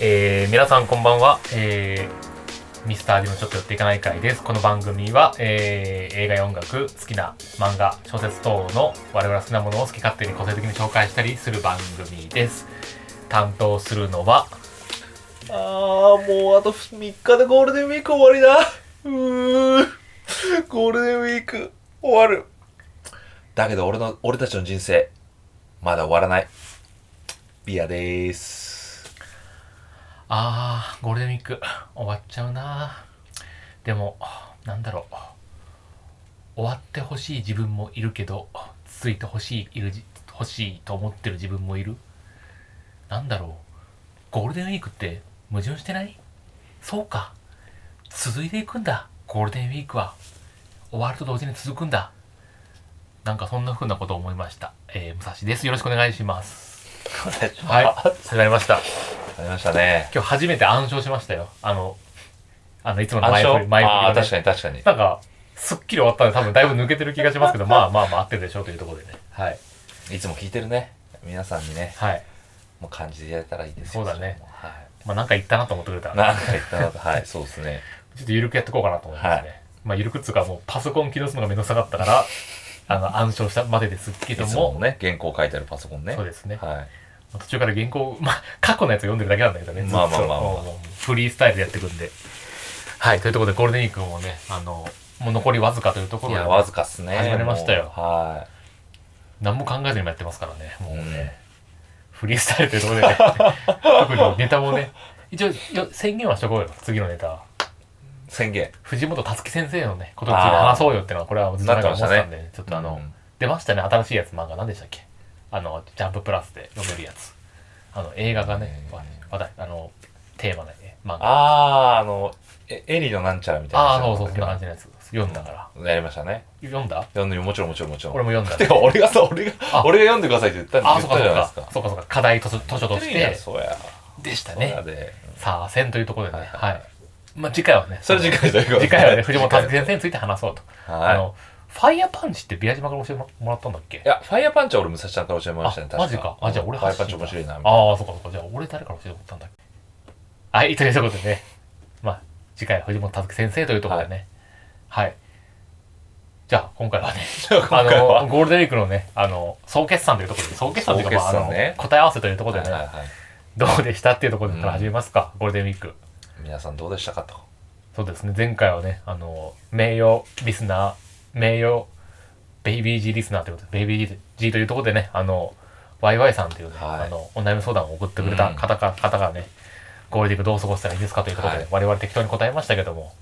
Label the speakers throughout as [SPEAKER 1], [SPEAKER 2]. [SPEAKER 1] えー皆さんこんばんは、えーミスターでもちょっと寄っていかない会ですこの番組は、えー映画や音楽好きな漫画小説等の我々が好きなものを好き勝手に個性的に紹介したりする番組です担当するのは
[SPEAKER 2] ああ、もうあと3日でゴールデンウィーク終わりだ。うーゴールデンウィーク終わる。だけど俺の、俺たちの人生、まだ終わらない。ビアでーす。
[SPEAKER 1] あーゴールデンウィーク終わっちゃうなでもなんだろう終わってほしい自分もいるけど続いてほしいいるじ欲しいと思ってる自分もいるなんだろうゴールデンウィークって矛盾してないそうか続いていくんだゴールデンウィークは終わると同時に続くんだなんかそんな風なことを思いました、えー、武蔵ですよろしくお願いします
[SPEAKER 2] お願いします。
[SPEAKER 1] はい
[SPEAKER 2] あ
[SPEAKER 1] 始まりました
[SPEAKER 2] りましたね。
[SPEAKER 1] 今日初めて暗唱しましたよ。あの、あの、いつもの
[SPEAKER 2] 暗
[SPEAKER 1] 前振り、
[SPEAKER 2] 証
[SPEAKER 1] 前振り
[SPEAKER 2] ああ、確か
[SPEAKER 1] に。
[SPEAKER 2] に確かに。
[SPEAKER 1] なんか、すっきり終わったんで多分だいぶ抜けてる気がします けど、まあまあまあ合ってるでしょうというところでね。はい。
[SPEAKER 2] いつも聞いてるね。皆さんにね、
[SPEAKER 1] はい。
[SPEAKER 2] もう感じてやれたらいいですよ
[SPEAKER 1] そうだね。
[SPEAKER 2] は
[SPEAKER 1] まあなんか言ったなと思ってくれた
[SPEAKER 2] い。
[SPEAKER 1] ら、
[SPEAKER 2] なんか言ったなと、はい、そうですね。
[SPEAKER 1] ちょっと緩くやっていこうかなと思いますね。
[SPEAKER 2] は
[SPEAKER 1] まあ緩くっつうかもうパソコン起動するのがめんどくさかった から、あの、暗唱したまでですけ
[SPEAKER 2] い
[SPEAKER 1] ど
[SPEAKER 2] つ
[SPEAKER 1] も、
[SPEAKER 2] ものね、原稿書いてあるパソコンね。
[SPEAKER 1] そうですね
[SPEAKER 2] はい。
[SPEAKER 1] 途中から原稿、まあ、過去のやつを読んでるだけなんだけどね。ずっと
[SPEAKER 2] まあまあまあまあ
[SPEAKER 1] もうもうフリースタイルでやっていくんで。はい。というところでゴールデンウィークもね、あの、もう残りわずかというとこ
[SPEAKER 2] い
[SPEAKER 1] ろで
[SPEAKER 2] や、、わずかっすね。
[SPEAKER 1] 始まりましたよ
[SPEAKER 2] もうはい。
[SPEAKER 1] 何も考えずにもやってますからね。もうね。
[SPEAKER 2] うん
[SPEAKER 1] フリースタイルというところで ね、特にネタもね、一応、一応宣言はしとこうよ、次のネタは。
[SPEAKER 2] 宣言。
[SPEAKER 1] 藤本たつき先生のね、ことについて話そうよってのは、これはずっとなんか思ってたんで、ちょっとあの、
[SPEAKER 2] うん
[SPEAKER 1] 出ましたね、新しいやつ漫画、何でしたっけあの、ジャンププラスで読めるやつ。あの、映画がね、
[SPEAKER 2] えー
[SPEAKER 1] わわたあの、テーマでね、漫画。
[SPEAKER 2] あー、あの、えエリのなんちゃらみたいな
[SPEAKER 1] ああ
[SPEAKER 2] やつ。
[SPEAKER 1] ー、そうそう、そんな感じのやつ。読んだから。
[SPEAKER 2] やりましたね。
[SPEAKER 1] 読んだ
[SPEAKER 2] 読んでもちろんもちろんもちろん。
[SPEAKER 1] 俺も読 んだ
[SPEAKER 2] てか、俺がさ、俺が
[SPEAKER 1] あ、
[SPEAKER 2] 俺が読んでくださいって言った
[SPEAKER 1] ああ、
[SPEAKER 2] んで
[SPEAKER 1] そう
[SPEAKER 2] 言ったじゃな
[SPEAKER 1] か
[SPEAKER 2] いです
[SPEAKER 1] そう
[SPEAKER 2] か
[SPEAKER 1] か。。そうかそうか、課題図書図書とし
[SPEAKER 2] いや
[SPEAKER 1] て、
[SPEAKER 2] そうや。
[SPEAKER 1] でした
[SPEAKER 2] そうや
[SPEAKER 1] ね。
[SPEAKER 2] で。
[SPEAKER 1] さあ、戦というところでね、
[SPEAKER 2] はい
[SPEAKER 1] は
[SPEAKER 2] はい
[SPEAKER 1] い。まあ、次回はね、
[SPEAKER 2] それ次回ということで
[SPEAKER 1] 次回はね、藤本たつき先生について話そうと。あ
[SPEAKER 2] はい。
[SPEAKER 1] の、ファイヤーパンチってビア島から教えてもらったんだっけ
[SPEAKER 2] いや、ファイヤーパンチは俺、武蔵ちゃんから教えましたね、確か
[SPEAKER 1] マジか。あ、じゃあ俺
[SPEAKER 2] ファイヤ
[SPEAKER 1] 発
[SPEAKER 2] ーパン
[SPEAKER 1] 信
[SPEAKER 2] チ面白いな、みたい
[SPEAKER 1] ああ、そうかそうか。じゃあ俺誰から教えてもらったんだっけはい、ということでね。まあ、次回は藤本たつき先生というところでね。はい。じゃあ、今回はね、
[SPEAKER 2] な。今
[SPEAKER 1] あ
[SPEAKER 2] 回は
[SPEAKER 1] の、ゴールデンウィークのね、あの、総決算というところで、総決算というか、まあ、あ
[SPEAKER 2] 総決
[SPEAKER 1] の
[SPEAKER 2] 算ね、
[SPEAKER 1] 答え合わせというところで
[SPEAKER 2] はいはい
[SPEAKER 1] ね、
[SPEAKER 2] はい
[SPEAKER 1] どうでしたっていうところでから始めますか、ゴールデンウィーク。
[SPEAKER 2] 皆さんどうでしたかと。
[SPEAKER 1] そうですね、前回はね、あの、名誉リスナー、名誉ベイビー G リスナーということで、ベイビー G というところでね、あの、ワイワイさんというね、
[SPEAKER 2] はい
[SPEAKER 1] あの、お悩み相談を送ってくれた
[SPEAKER 2] うん
[SPEAKER 1] 方か、方がね、ゴールデンウィークどう過ごしたらいいですかというところで、
[SPEAKER 2] はい
[SPEAKER 1] 我々適当に答えましたけども、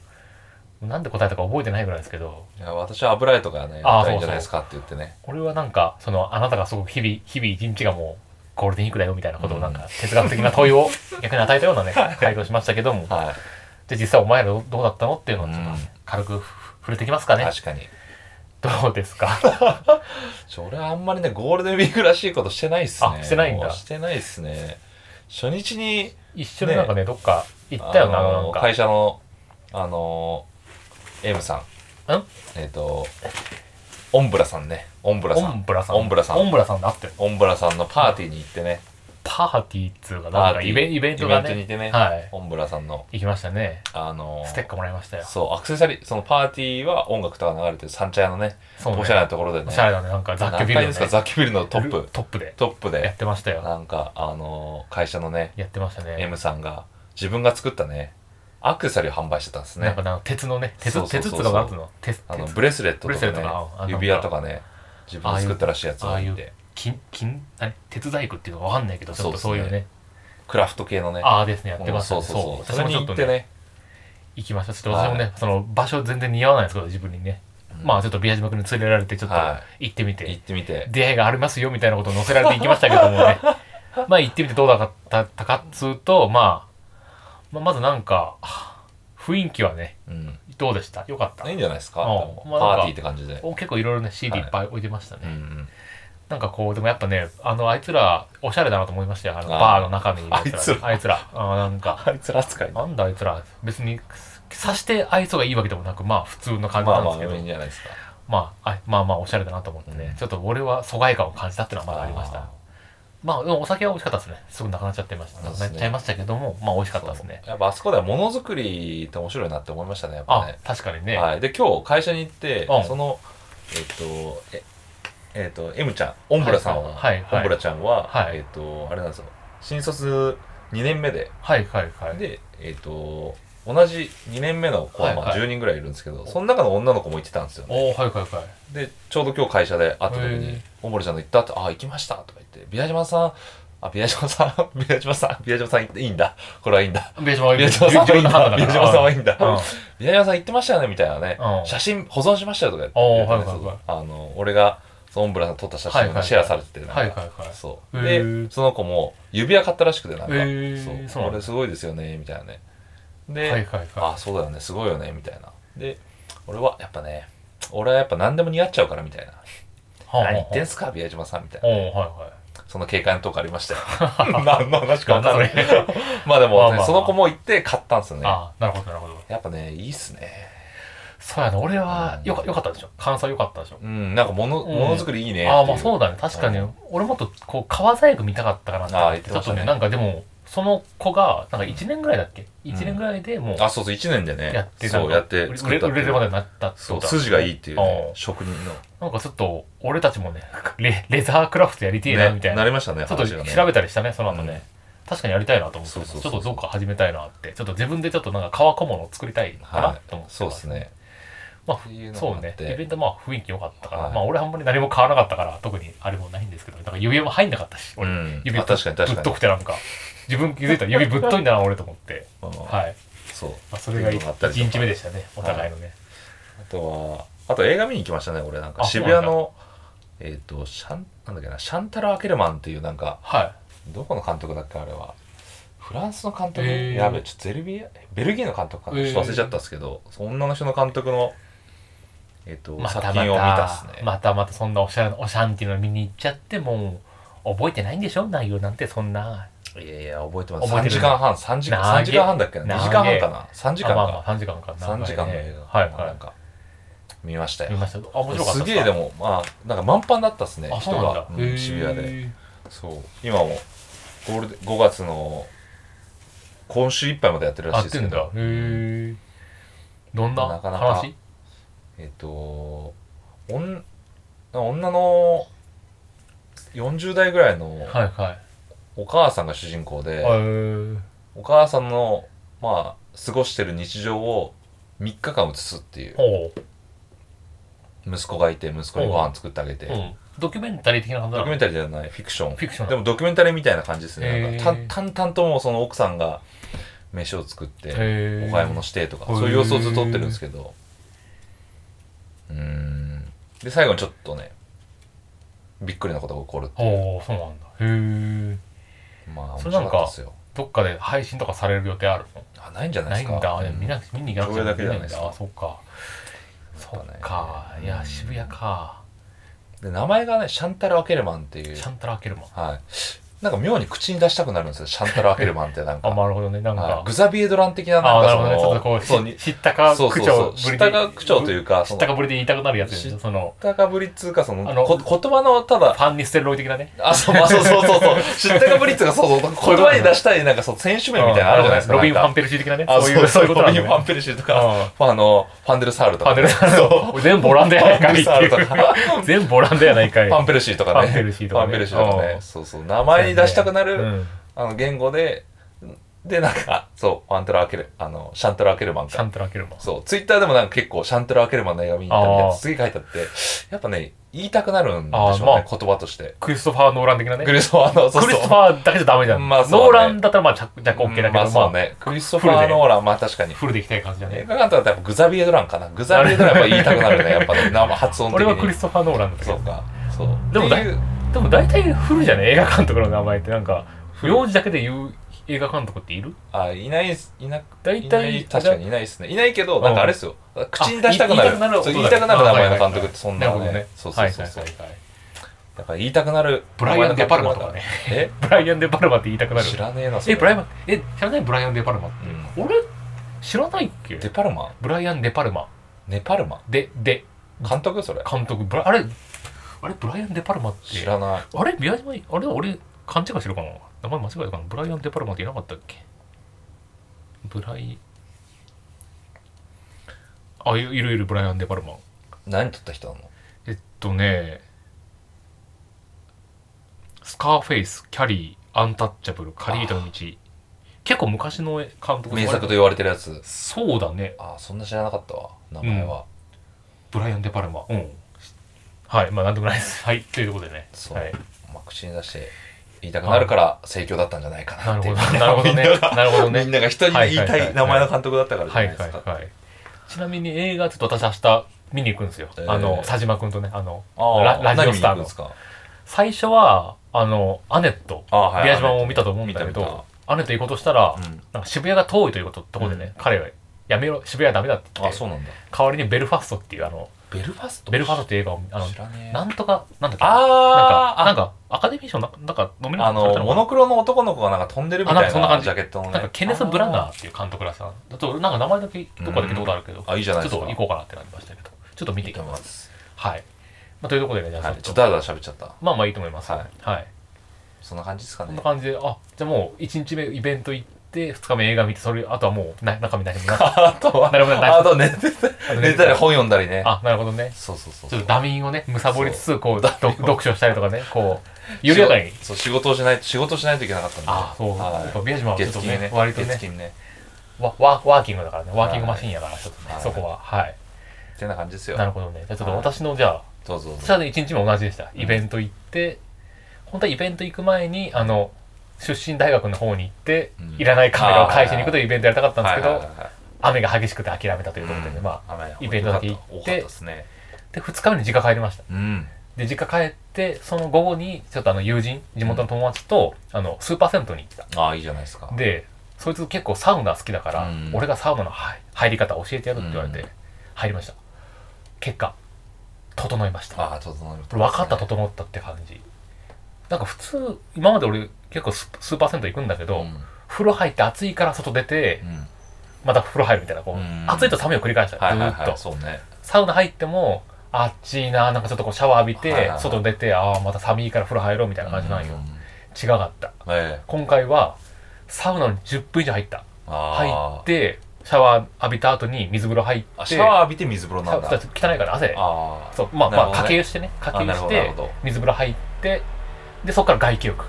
[SPEAKER 1] なんで答えたか覚えてないぐらいですけど、
[SPEAKER 2] いや私は油絵とかね、
[SPEAKER 1] あー
[SPEAKER 2] やったらいいんじゃないですかって言ってね。
[SPEAKER 1] 俺はなんか、その、あなたがすごく日々、日々一日がもう、ゴールデンウィークだよみたいなことをなんか、哲学的な問いを 逆に与えたようなね、回答しましたけども、
[SPEAKER 2] は
[SPEAKER 1] で、実際お前らどうだったのっていうのをちょっと
[SPEAKER 2] うん
[SPEAKER 1] 軽く触れてきますか
[SPEAKER 2] い。
[SPEAKER 1] ね。
[SPEAKER 2] 確かに。
[SPEAKER 1] どうですか
[SPEAKER 2] ちょ俺はあんまりね、ゴールデンウィークらしいことしてないっすね。
[SPEAKER 1] あしてないんだ
[SPEAKER 2] もうしてないっすね。初日に、
[SPEAKER 1] 一緒になんかね、どっか行ったよな、
[SPEAKER 2] あの
[SPEAKER 1] なんか。
[SPEAKER 2] 会社の、あのー、M さん。
[SPEAKER 1] ん
[SPEAKER 2] えっ、と、オンブラさんね。オンブラさ
[SPEAKER 1] オ
[SPEAKER 2] ん
[SPEAKER 1] ン。ブラさん。
[SPEAKER 2] オンブラさん
[SPEAKER 1] オンブラさんだって。
[SPEAKER 2] オンブラさんのパーティーに行ってね。
[SPEAKER 1] パーティーっつうか、
[SPEAKER 2] パ
[SPEAKER 1] なん
[SPEAKER 2] ー
[SPEAKER 1] か
[SPEAKER 2] ティー
[SPEAKER 1] イベイベントがね。
[SPEAKER 2] イベントに行ってね
[SPEAKER 1] はい。
[SPEAKER 2] オンブラさんの、
[SPEAKER 1] 行きましたね。
[SPEAKER 2] あのー
[SPEAKER 1] ステッカーもらいましたよ。
[SPEAKER 2] そう、アクセサリー、そのパーティーは音楽とか流れてる三茶屋のね、
[SPEAKER 1] そうね
[SPEAKER 2] おしゃれなところでね。
[SPEAKER 1] おしゃれだね、なんか雑居ビルの、
[SPEAKER 2] 何階
[SPEAKER 1] ね、
[SPEAKER 2] ですか雑居ビルのトップ。
[SPEAKER 1] トップで。
[SPEAKER 2] トップ
[SPEAKER 1] や
[SPEAKER 2] で
[SPEAKER 1] っ、てましたよ。
[SPEAKER 2] なんか、あのー会社のね、
[SPEAKER 1] やってましたね。
[SPEAKER 2] M さんが自分が作ったね、アクセサリーを販売してたんですね。
[SPEAKER 1] なんかなんか鉄のね、鉄、
[SPEAKER 2] そうそう
[SPEAKER 1] 鉄
[SPEAKER 2] そ
[SPEAKER 1] っつ
[SPEAKER 2] うそう
[SPEAKER 1] うかなんつうの鉄、
[SPEAKER 2] あの
[SPEAKER 1] 鉄
[SPEAKER 2] ブレスレットと
[SPEAKER 1] ブレ
[SPEAKER 2] か
[SPEAKER 1] スレットがう
[SPEAKER 2] ね
[SPEAKER 1] ん
[SPEAKER 2] 指輪とかね自分で作ったらしいやつ
[SPEAKER 1] あ
[SPEAKER 2] を
[SPEAKER 1] あい
[SPEAKER 2] 見
[SPEAKER 1] う
[SPEAKER 2] て、
[SPEAKER 1] 金、金、何鉄細工っていうのかわかんないけど、ちょっとそういう
[SPEAKER 2] そう
[SPEAKER 1] ね
[SPEAKER 2] で。クラフト系のね
[SPEAKER 1] ああですね、やって
[SPEAKER 2] も
[SPEAKER 1] ま
[SPEAKER 2] の
[SPEAKER 1] した
[SPEAKER 2] そ
[SPEAKER 1] ね。
[SPEAKER 2] うそうそ
[SPEAKER 1] 私
[SPEAKER 2] うそれ
[SPEAKER 1] も
[SPEAKER 2] に
[SPEAKER 1] ちょ
[SPEAKER 2] 行
[SPEAKER 1] っと
[SPEAKER 2] って
[SPEAKER 1] ね、
[SPEAKER 2] ね
[SPEAKER 1] 行きました。ちょっと私も
[SPEAKER 2] は
[SPEAKER 1] ね
[SPEAKER 2] い、
[SPEAKER 1] その場所全然似合わないんですけど、自分にね。まあちょっと宮島君に連れられてちょっと
[SPEAKER 2] は
[SPEAKER 1] 行ってみて、
[SPEAKER 2] 行ってみて
[SPEAKER 1] 出会いがありますよみたいなことを載せられていきましたけども ねまあ行ってみてどうだったかっつうと、まあ、まあまずなんかはあ雰囲気はね
[SPEAKER 2] うん
[SPEAKER 1] どうでしたよかった
[SPEAKER 2] いいんじゃないですか
[SPEAKER 1] うん
[SPEAKER 2] でも
[SPEAKER 1] まあなんか
[SPEAKER 2] パーティーって感じで
[SPEAKER 1] お結構いろいろね CD いっぱい置いてましたね、
[SPEAKER 2] うんうん
[SPEAKER 1] なんかこうでもやっぱねあのあいつらおしゃれだなと思いましたよあの
[SPEAKER 2] あー
[SPEAKER 1] バーの中にいるや
[SPEAKER 2] あいつら
[SPEAKER 1] あいつらあーなんか
[SPEAKER 2] あいつら扱いね
[SPEAKER 1] なんだあいつら別にさして愛想がいいわけでもなくまあ普通の感じ
[SPEAKER 2] ま
[SPEAKER 1] な
[SPEAKER 2] あ
[SPEAKER 1] ん
[SPEAKER 2] ま
[SPEAKER 1] ですけど、
[SPEAKER 2] あいいんじゃないですか
[SPEAKER 1] まあ、あまあまあおしゃれだなと思ってね、
[SPEAKER 2] うん
[SPEAKER 1] ちょっと俺は疎外感を感じたっていうのはまだありました
[SPEAKER 2] ー
[SPEAKER 1] まあでもお酒は美味しかったですねすぐなくなっちゃってました
[SPEAKER 2] そ
[SPEAKER 1] な
[SPEAKER 2] うで
[SPEAKER 1] く
[SPEAKER 2] すね
[SPEAKER 1] なっちゃいましたけどもまあ美味しかったですね
[SPEAKER 2] そうやっぱあそこではものづくりって面白いなって思いましたねやっぱ
[SPEAKER 1] あ、
[SPEAKER 2] ね
[SPEAKER 1] 確かにね、
[SPEAKER 2] はい、で今日会社に行って、
[SPEAKER 1] うん
[SPEAKER 2] そのえっ、とええっ、と M ちゃんオンブラさん
[SPEAKER 1] はい
[SPEAKER 2] は、
[SPEAKER 1] はいはい
[SPEAKER 2] オンブラちゃんは、
[SPEAKER 1] はい
[SPEAKER 2] えっ、とあれなんですよ新卒2年目で
[SPEAKER 1] はいはいはい
[SPEAKER 2] でえっ、と同じ2年目の子はまあ
[SPEAKER 1] はいは
[SPEAKER 2] 10人ぐらいいるんですけど、その中の女の子も行ってたんですよね
[SPEAKER 1] おおはいはいはい
[SPEAKER 2] でちょうど今日会社で会った時
[SPEAKER 1] へ
[SPEAKER 2] に
[SPEAKER 1] え
[SPEAKER 2] 「オンブラちゃんの行った?」って「あ行きました」とか言って「ビア島さんあビア島さん ビア島さんビア島さん行っていいんだこれはいいんだ」
[SPEAKER 1] ビア島は
[SPEAKER 2] 宮島さんはいいんだ。宮島さんはいいんだ
[SPEAKER 1] うん。
[SPEAKER 2] 宮島さん言ってましたよね、みたいなね
[SPEAKER 1] う。ん
[SPEAKER 2] 写真保存しましたよとか言って
[SPEAKER 1] おー
[SPEAKER 2] 言って
[SPEAKER 1] はいはいはい
[SPEAKER 2] ね。あの、俺が、そのオンブラさん撮った写
[SPEAKER 1] はいはい
[SPEAKER 2] 真
[SPEAKER 1] は
[SPEAKER 2] が
[SPEAKER 1] い
[SPEAKER 2] シェアされてて、なんか
[SPEAKER 1] はいはいはい
[SPEAKER 2] そう。
[SPEAKER 1] へー
[SPEAKER 2] で、その子も指輪買ったらしくて、なんか、
[SPEAKER 1] へー
[SPEAKER 2] そ、
[SPEAKER 1] そううなんだ
[SPEAKER 2] これすごいですよね、みたいなね。で、
[SPEAKER 1] はいはいはい
[SPEAKER 2] あ、そうだよね、すごいよね、みたいな。で、俺はやっぱね、俺はやっぱ何でも似合っちゃうから、みたいな。
[SPEAKER 1] はあ
[SPEAKER 2] 何言ってんすか、宮島さん、みたいな。
[SPEAKER 1] おおはいはい
[SPEAKER 2] その警戒のとこありましたよ。何の話か分かんない
[SPEAKER 1] なんだそ。
[SPEAKER 2] まあで
[SPEAKER 1] まあ
[SPEAKER 2] も
[SPEAKER 1] まあ
[SPEAKER 2] ね、
[SPEAKER 1] まあ
[SPEAKER 2] その子も行って買ったんですよね。
[SPEAKER 1] ああなるほどなるほど
[SPEAKER 2] やっぱね、いいっすね。
[SPEAKER 1] そうやな俺はよかよかったでしょ関西よかったでしょ
[SPEAKER 2] うん、なんかもの、
[SPEAKER 1] うん
[SPEAKER 2] ものづくりいいねっていう。
[SPEAKER 1] ああまあそうだね確かに
[SPEAKER 2] う
[SPEAKER 1] 俺もっとこう革細工見たかったかな
[SPEAKER 2] ああ
[SPEAKER 1] っ
[SPEAKER 2] 言ってて
[SPEAKER 1] ちょ
[SPEAKER 2] ま
[SPEAKER 1] っ
[SPEAKER 2] した
[SPEAKER 1] と
[SPEAKER 2] ね
[SPEAKER 1] ねなんかでもその子がなんか1年ぐらいだっけ1年ぐらいでもう
[SPEAKER 2] あ、そうそう、1年でね。
[SPEAKER 1] やって
[SPEAKER 2] そう、やって
[SPEAKER 1] 売れ
[SPEAKER 2] 作った
[SPEAKER 1] 売
[SPEAKER 2] って
[SPEAKER 1] れ
[SPEAKER 2] い
[SPEAKER 1] る
[SPEAKER 2] う
[SPEAKER 1] までになったって
[SPEAKER 2] そ
[SPEAKER 1] こ
[SPEAKER 2] う、
[SPEAKER 1] とだ
[SPEAKER 2] 筋がいいっていうね
[SPEAKER 1] う、ん
[SPEAKER 2] 職人の。
[SPEAKER 1] なんかちょっと俺たちもねレレザークラフトやりてえなみたいな
[SPEAKER 2] なりましたね、
[SPEAKER 1] ちょっと
[SPEAKER 2] 話がね。
[SPEAKER 1] 調べたりしたね、その後
[SPEAKER 2] うん
[SPEAKER 1] ね。確かにやりたいなと思って
[SPEAKER 2] そう
[SPEAKER 1] ます、
[SPEAKER 2] そう
[SPEAKER 1] ち
[SPEAKER 2] そ
[SPEAKER 1] ょ
[SPEAKER 2] う
[SPEAKER 1] っとどっか始めたいなって、ちょっと自分でちょっとなんか革小物を作りたいかな
[SPEAKER 2] は
[SPEAKER 1] と
[SPEAKER 2] い
[SPEAKER 1] 思っ。て
[SPEAKER 2] そう
[SPEAKER 1] ま。
[SPEAKER 2] ですすね。
[SPEAKER 1] まあ
[SPEAKER 2] っていう、のがあ
[SPEAKER 1] そう
[SPEAKER 2] って
[SPEAKER 1] ね。イベントまあ雰囲気良かったから、
[SPEAKER 2] はい
[SPEAKER 1] まあ俺あんまり何も買わなかったから、特にあれもないんですけど、だから指輪も入んなかったし、
[SPEAKER 2] う
[SPEAKER 1] 俺、
[SPEAKER 2] ん。
[SPEAKER 1] 指
[SPEAKER 2] あ
[SPEAKER 1] 輪ぶ
[SPEAKER 2] 確かに確
[SPEAKER 1] ぶっ
[SPEAKER 2] か
[SPEAKER 1] とくてなんか、自分気づいたら指ぶっといんだな、俺と思って。
[SPEAKER 2] に。 うん
[SPEAKER 1] はい。
[SPEAKER 2] そう。
[SPEAKER 1] まあそれが
[SPEAKER 2] っていうのあったりと
[SPEAKER 1] 1
[SPEAKER 2] か
[SPEAKER 1] 日目でしたね、お互いのね。
[SPEAKER 2] あとは、あと映画見に行きましたね、俺なんか。
[SPEAKER 1] あそう
[SPEAKER 2] 渋
[SPEAKER 1] なんだ
[SPEAKER 2] 谷の、えっと、シャン、なんだっけな、シャンタル・アケルマンっていうなんか、
[SPEAKER 1] はい。
[SPEAKER 2] どこの監督だっけあれはフランスの監督、
[SPEAKER 1] えー
[SPEAKER 2] やべえちょっとゼルビアベルギーの監督かな、
[SPEAKER 1] えー
[SPEAKER 2] ちょっと忘れちゃったんですけどその女の人の監督の、えっと
[SPEAKER 1] ま
[SPEAKER 2] 作
[SPEAKER 1] たま
[SPEAKER 2] 品を見たっす
[SPEAKER 1] た、
[SPEAKER 2] ね、
[SPEAKER 1] またまたそんなおしゃおしゃんっていうの見に行っちゃって、もう覚えてないんでしょ内容なんてそんな。
[SPEAKER 2] いやいや覚えてます
[SPEAKER 1] 覚
[SPEAKER 2] 3
[SPEAKER 1] えて
[SPEAKER 2] 時
[SPEAKER 1] る
[SPEAKER 2] 間半3時間
[SPEAKER 1] 長
[SPEAKER 2] 3
[SPEAKER 1] い
[SPEAKER 2] 時間半だっけな
[SPEAKER 1] 長い
[SPEAKER 2] 2時間半かな3時
[SPEAKER 1] あ
[SPEAKER 2] 間か、
[SPEAKER 1] まあまあ3時間か
[SPEAKER 2] 3時間の映画、
[SPEAKER 1] はいはい
[SPEAKER 2] なんか見ましたよ
[SPEAKER 1] 見ましたあ面白かった
[SPEAKER 2] すげえでもまあなんか満帆だったっすね
[SPEAKER 1] あ
[SPEAKER 2] 人
[SPEAKER 1] そうなんだ
[SPEAKER 2] が、うん
[SPEAKER 1] へー
[SPEAKER 2] 渋谷でそう今もゴールデン5月の今週いっぱいまでやってるら
[SPEAKER 1] あ
[SPEAKER 2] しい
[SPEAKER 1] っ
[SPEAKER 2] です
[SPEAKER 1] て
[SPEAKER 2] け
[SPEAKER 1] んだ
[SPEAKER 2] ど
[SPEAKER 1] へえどんな話
[SPEAKER 2] なかなかえっと、おん女の40代ぐらいの
[SPEAKER 1] はいは
[SPEAKER 2] お母さんが主人公で、
[SPEAKER 1] いへー
[SPEAKER 2] お母さんの、まあ、過ごしてる日常を3日間映すっていう
[SPEAKER 1] おう
[SPEAKER 2] 息子がいて息子にご飯作ってあげて、
[SPEAKER 1] うんドキュメンタリー的な感じ
[SPEAKER 2] ド
[SPEAKER 1] な
[SPEAKER 2] キュメ
[SPEAKER 1] の
[SPEAKER 2] ンタリーじゃないフィクション
[SPEAKER 1] フィクション
[SPEAKER 2] でもドキュメンタリーみたいな感じですねなんか
[SPEAKER 1] へー
[SPEAKER 2] 淡々ともうその奥さんが飯を作って
[SPEAKER 1] へー
[SPEAKER 2] お買い物してとか、
[SPEAKER 1] へー
[SPEAKER 2] そういう様子をずっと撮ってるんですけど。うーん。で、最後にちょっとね、びっくりなことが起こるっていう。
[SPEAKER 1] おおそうなんだへえ
[SPEAKER 2] まあ、面
[SPEAKER 1] そ
[SPEAKER 2] 白
[SPEAKER 1] れな
[SPEAKER 2] か
[SPEAKER 1] んか
[SPEAKER 2] ったですよ。
[SPEAKER 1] どっかで配信とかされる予定あるの
[SPEAKER 2] あ、ないんじゃないで
[SPEAKER 1] ないん
[SPEAKER 2] すか。
[SPEAKER 1] だ
[SPEAKER 2] うん
[SPEAKER 1] 見な見に行かなく
[SPEAKER 2] 上だけじゃ
[SPEAKER 1] 見
[SPEAKER 2] ない
[SPEAKER 1] ん
[SPEAKER 2] ですか
[SPEAKER 1] だあそっかそ
[SPEAKER 2] やっぱね
[SPEAKER 1] っかいや渋谷か
[SPEAKER 2] で名前がね、シャンタル・アケルマンっていう
[SPEAKER 1] シ。ャンタラ・アケルマン
[SPEAKER 2] はい。なんか妙に口に出したくなるんですよ、シャンタル・アケルマンってなん
[SPEAKER 1] あ
[SPEAKER 2] か。
[SPEAKER 1] なるほどねなん
[SPEAKER 2] はい
[SPEAKER 1] か
[SPEAKER 2] グザビエドラン的な
[SPEAKER 1] あ
[SPEAKER 2] な
[SPEAKER 1] あ
[SPEAKER 2] ん
[SPEAKER 1] な
[SPEAKER 2] か
[SPEAKER 1] るほどねちょっとこう
[SPEAKER 2] その、
[SPEAKER 1] し知ったか
[SPEAKER 2] そう
[SPEAKER 1] 口
[SPEAKER 2] そう
[SPEAKER 1] 調
[SPEAKER 2] そう
[SPEAKER 1] ぶり
[SPEAKER 2] 知ったか口調というか
[SPEAKER 1] 知
[SPEAKER 2] その
[SPEAKER 1] ったかぶりで言いたくなるやつでし
[SPEAKER 2] 知
[SPEAKER 1] ょその
[SPEAKER 2] 知ったかぶりっつうか、その、
[SPEAKER 1] あの
[SPEAKER 2] こ言葉のただ
[SPEAKER 1] フ、ァンニステルロイ的なね
[SPEAKER 2] あ、そう、まあ、そうそうそうそう。知ったかぶりっていうか、そうそう、言葉に出したい、なんかそう、選手名みたいなのあるじゃないですか。
[SPEAKER 1] ロビン・フ
[SPEAKER 2] な
[SPEAKER 1] ァン
[SPEAKER 2] んか
[SPEAKER 1] ペルシー的なね
[SPEAKER 2] あ、
[SPEAKER 1] そういうそういうことな
[SPEAKER 2] ロ
[SPEAKER 1] ん
[SPEAKER 2] ビ
[SPEAKER 1] だ
[SPEAKER 2] ン・ ファン
[SPEAKER 1] ね
[SPEAKER 2] ペルシーとか、あの、ファンデル・サールと
[SPEAKER 1] ファ
[SPEAKER 2] か、
[SPEAKER 1] ンデル サール全部オランダやないかいってい
[SPEAKER 2] ファンデルサール
[SPEAKER 1] う 全部オランダやないかい
[SPEAKER 2] ファンペルシーとかね。
[SPEAKER 1] ファンペルシーとかね
[SPEAKER 2] ファンペルシーとかね
[SPEAKER 1] うん
[SPEAKER 2] そうそう。名前に出したくな
[SPEAKER 1] う
[SPEAKER 2] る、
[SPEAKER 1] ん
[SPEAKER 2] あの、言語で、で、なんか、そう、ファンテル・アケル、あの、シャンテル・アケルマン
[SPEAKER 1] シャ
[SPEAKER 2] か
[SPEAKER 1] ン。タラ・アケルマン
[SPEAKER 2] そう、ツイッターでもなんか結構、シャンテル・アケルマンの映画見に行ったみたい
[SPEAKER 1] あ
[SPEAKER 2] な、
[SPEAKER 1] ー
[SPEAKER 2] すげえ書いてあって、やっぱね、言いたくなるんでしょうね、
[SPEAKER 1] あーま
[SPEAKER 2] 言葉として。
[SPEAKER 1] クリストファー・ノーラン的なね
[SPEAKER 2] ク
[SPEAKER 1] ク
[SPEAKER 2] リストファーの、そうそう
[SPEAKER 1] リストファーだけじゃダメじゃん
[SPEAKER 2] ま
[SPEAKER 1] ノ
[SPEAKER 2] あそうだね
[SPEAKER 1] ーランだったらまあ若若干 OK だけ
[SPEAKER 2] まあ
[SPEAKER 1] ど
[SPEAKER 2] そう
[SPEAKER 1] まあ
[SPEAKER 2] ね。クリストファー・ノーラン、まあ確かに。
[SPEAKER 1] フルでいきたい感じだ
[SPEAKER 2] 映
[SPEAKER 1] ね
[SPEAKER 2] 画館とかだとやっぱグザビエドランかな。グザビエドランやっぱ言いたくなるね。やっぱね、生発音的
[SPEAKER 1] 俺
[SPEAKER 2] に。
[SPEAKER 1] はクリストファー・ノーランだったけ
[SPEAKER 2] そう
[SPEAKER 1] ど
[SPEAKER 2] か。そう。
[SPEAKER 1] でも
[SPEAKER 2] って
[SPEAKER 1] だ
[SPEAKER 2] いう
[SPEAKER 1] でも大体フルじゃね映画監督の名前ってなんか名字だけで言う映画監督っている
[SPEAKER 2] あ、いないっす、いなく、
[SPEAKER 1] 大体
[SPEAKER 2] いない確かにいないですね。いないけど、なんかあれですよ。口に出したくな
[SPEAKER 1] あ言
[SPEAKER 2] る。
[SPEAKER 1] いたくなる
[SPEAKER 2] そう言いたくなる
[SPEAKER 1] 音だ
[SPEAKER 2] 名
[SPEAKER 1] ね
[SPEAKER 2] 前の監督ってそん
[SPEAKER 1] な
[SPEAKER 2] な
[SPEAKER 1] る
[SPEAKER 2] の
[SPEAKER 1] ほどね
[SPEAKER 2] そうそうそうそう
[SPEAKER 1] はい。はいはいはい
[SPEAKER 2] だから言いたくなる。
[SPEAKER 1] ブライアン・デ・パルマとかね。
[SPEAKER 2] え
[SPEAKER 1] ブライアン・デ・パルマって言いたくなる
[SPEAKER 2] 知らねえな、そ れ
[SPEAKER 1] えブライアンえ知らないブライアン・デ・パルマって
[SPEAKER 2] うん
[SPEAKER 1] 俺知らないっけ
[SPEAKER 2] デパルマ
[SPEAKER 1] ブライアン・デ・パルマ
[SPEAKER 2] ネパルマ
[SPEAKER 1] でで
[SPEAKER 2] 監督それ
[SPEAKER 1] 監督ブラあれあれブライアン・デ・パルマって
[SPEAKER 2] 知らない
[SPEAKER 1] あれ宮島いあれ俺勘違いしてるかな名前間違えたかなブライアン・デ・パルマっていなかったっけブライあいいるいるブライアン・デ・パルマ
[SPEAKER 2] 何撮った人なの
[SPEAKER 1] えっとねスカーフェイスキャリーアンタッチャブルカリータの道結構昔の監督
[SPEAKER 2] 名作と言われてるやつ
[SPEAKER 1] そうだね
[SPEAKER 2] ああそんな知らなかったわ名前は、
[SPEAKER 1] ブライアン・デ・パルマうんはいまあなんでもないです はいということでね
[SPEAKER 2] そう、
[SPEAKER 1] はい
[SPEAKER 2] まあ、口に出して言いたくなるから盛況だったんじゃないか
[SPEAKER 1] な
[SPEAKER 2] な
[SPEAKER 1] る
[SPEAKER 2] って
[SPEAKER 1] ほ
[SPEAKER 2] い
[SPEAKER 1] ど
[SPEAKER 2] う
[SPEAKER 1] なるほどね なるほどね
[SPEAKER 2] みんなが人に言いたい名前の監督だったからじゃ
[SPEAKER 1] は
[SPEAKER 2] ない
[SPEAKER 1] い
[SPEAKER 2] ですか、
[SPEAKER 1] はいはい。ちなみに映画ちょっと私明日見に行くんですよ。
[SPEAKER 2] えー
[SPEAKER 1] あの佐島くんとねあの
[SPEAKER 2] ああ
[SPEAKER 1] ララジオスター
[SPEAKER 2] 何見に行くん
[SPEAKER 1] の
[SPEAKER 2] ですか
[SPEAKER 1] 最初はあのアネット
[SPEAKER 2] ああはい
[SPEAKER 1] 宮島も見たと思うんだけ
[SPEAKER 2] 見た見
[SPEAKER 1] ど、アネット行こうとしたら、
[SPEAKER 2] うん
[SPEAKER 1] なんか渋谷が遠いということとこでね、彼はやめろ渋谷はダメだって言
[SPEAKER 2] あ
[SPEAKER 1] って
[SPEAKER 2] そうなんだ
[SPEAKER 1] 代わりにベルファストっていうあの
[SPEAKER 2] ベルファスト
[SPEAKER 1] ベルファストっていう映画をあの
[SPEAKER 2] 知らねえ
[SPEAKER 1] なんとかなんだっけなん
[SPEAKER 2] あ
[SPEAKER 1] か
[SPEAKER 2] あ
[SPEAKER 1] なんかアカデミー賞なんかなんかノミネー
[SPEAKER 2] あ
[SPEAKER 1] トされた
[SPEAKER 2] の
[SPEAKER 1] のか
[SPEAKER 2] モ
[SPEAKER 1] な
[SPEAKER 2] ノクロの男の子がなんか飛んでるみたい
[SPEAKER 1] あなん
[SPEAKER 2] な
[SPEAKER 1] かそんな感じ
[SPEAKER 2] ジャケットのね
[SPEAKER 1] なんかケネス・ブラナーっていう監督らさんだとなんか名前だけどっかだけどこだあるけど、
[SPEAKER 2] あいいじゃないですか
[SPEAKER 1] ちょっと行こうかなってなりましたけどちょっと見て
[SPEAKER 2] い
[SPEAKER 1] い
[SPEAKER 2] いと
[SPEAKER 1] き
[SPEAKER 2] 思い
[SPEAKER 1] ま
[SPEAKER 2] ますす
[SPEAKER 1] はい。まあ、というところでね、じゃ
[SPEAKER 2] は
[SPEAKER 1] あ
[SPEAKER 2] い
[SPEAKER 1] ち
[SPEAKER 2] ちょ
[SPEAKER 1] ょっ
[SPEAKER 2] っと
[SPEAKER 1] と、
[SPEAKER 2] だらだら喋っちゃった
[SPEAKER 1] まあまあいいと思います。
[SPEAKER 2] はい。
[SPEAKER 1] はい。
[SPEAKER 2] そんな感じですか
[SPEAKER 1] こん
[SPEAKER 2] ね
[SPEAKER 1] な感じで、あ、じゃあもう1日目イベント行って、2日目映画見て、それ、あとはもうな中身何も なく
[SPEAKER 2] あとは
[SPEAKER 1] なるほど
[SPEAKER 2] あと寝てた
[SPEAKER 1] と
[SPEAKER 2] 寝てたり本読んだりね
[SPEAKER 1] あ、なるほどね。
[SPEAKER 2] そうそうそ
[SPEAKER 1] ち
[SPEAKER 2] うそ
[SPEAKER 1] ょっ
[SPEAKER 2] う
[SPEAKER 1] とダミンをね、むさぼりつつ、こう、
[SPEAKER 2] ダミン
[SPEAKER 1] ど
[SPEAKER 2] を
[SPEAKER 1] 読書したりとかね、こう、緩やかに。
[SPEAKER 2] 仕事そう仕事をしない仕事しないといけなかったんで
[SPEAKER 1] あそうやっぱ
[SPEAKER 2] はい
[SPEAKER 1] 宮島はちょっ
[SPEAKER 2] 月
[SPEAKER 1] とね
[SPEAKER 2] 金ね
[SPEAKER 1] 割とね
[SPEAKER 2] 月金ね
[SPEAKER 1] ワワワーキングだからね、ワーキングマシンやから、ちょっとね
[SPEAKER 2] は、い
[SPEAKER 1] そこは。はい。
[SPEAKER 2] てな感じですよ
[SPEAKER 1] なるほどね。じゃあちょっと私の、じゃあ、
[SPEAKER 2] どうぞどう
[SPEAKER 1] そし
[SPEAKER 2] ぞ
[SPEAKER 1] たらね、1日も同じでした。イベント行って、本当はイベント行く前に、あの、出身大学の方に行って
[SPEAKER 2] うん、
[SPEAKER 1] いらないカメラを返しに行くというイベントやりたかったんですけ
[SPEAKER 2] はい
[SPEAKER 1] ど
[SPEAKER 2] はい、はいはい
[SPEAKER 1] 雨が激しくて諦めたということでね、
[SPEAKER 2] うん
[SPEAKER 1] まあ、
[SPEAKER 2] 雨
[SPEAKER 1] イベントだけ行って
[SPEAKER 2] 多かたですね
[SPEAKER 1] で、2日目に実家帰りました。
[SPEAKER 2] うん
[SPEAKER 1] で、実家帰って、その午後に、ちょっとあの、友人、地元の友達と、あの、スーパー銭湯に行っ
[SPEAKER 2] ああいいじゃないですか
[SPEAKER 1] た。で、そいつ結構サウナ好きだから、
[SPEAKER 2] うん
[SPEAKER 1] 俺がサウナの入入り方教えてやるって言われ
[SPEAKER 2] う
[SPEAKER 1] て
[SPEAKER 2] ん、
[SPEAKER 1] 入りました。結果、整いました。
[SPEAKER 2] ああ整える
[SPEAKER 1] 分かった整ったって感じ。なんか普通、今まで俺結構ススーパー銭湯行くんだけど、
[SPEAKER 2] うん
[SPEAKER 1] 風呂入って暑いから外出て
[SPEAKER 2] う、ん
[SPEAKER 1] また風呂入るみたいな、こう、
[SPEAKER 2] うん
[SPEAKER 1] 暑いと寒いを繰り返した、
[SPEAKER 2] は
[SPEAKER 1] ず
[SPEAKER 2] いはい
[SPEAKER 1] ーっ
[SPEAKER 2] は
[SPEAKER 1] と
[SPEAKER 2] い。そうね
[SPEAKER 1] サウナ入っても、あっちいな、なんかちょっとこうシャワー浴びて、
[SPEAKER 2] はいはいはい
[SPEAKER 1] 外出て、ああ、また寒いから風呂入ろうみたいな感じなんよ。
[SPEAKER 2] う
[SPEAKER 1] 違かった。
[SPEAKER 2] ええ
[SPEAKER 1] 今回は、サウナに10分以上入った。入
[SPEAKER 2] ああ
[SPEAKER 1] って、シャワー浴びた後に水風呂入って、
[SPEAKER 2] あシャワー浴びて水風呂なんだ
[SPEAKER 1] さ汚いから汗、
[SPEAKER 2] ああ
[SPEAKER 1] そう、まあまあ、
[SPEAKER 2] なるほ
[SPEAKER 1] 掛
[SPEAKER 2] どね
[SPEAKER 1] け湯してね、掛け湯し
[SPEAKER 2] あなる
[SPEAKER 1] て
[SPEAKER 2] ほどなるほど、
[SPEAKER 1] 水風呂入って、で、そこから外気浴。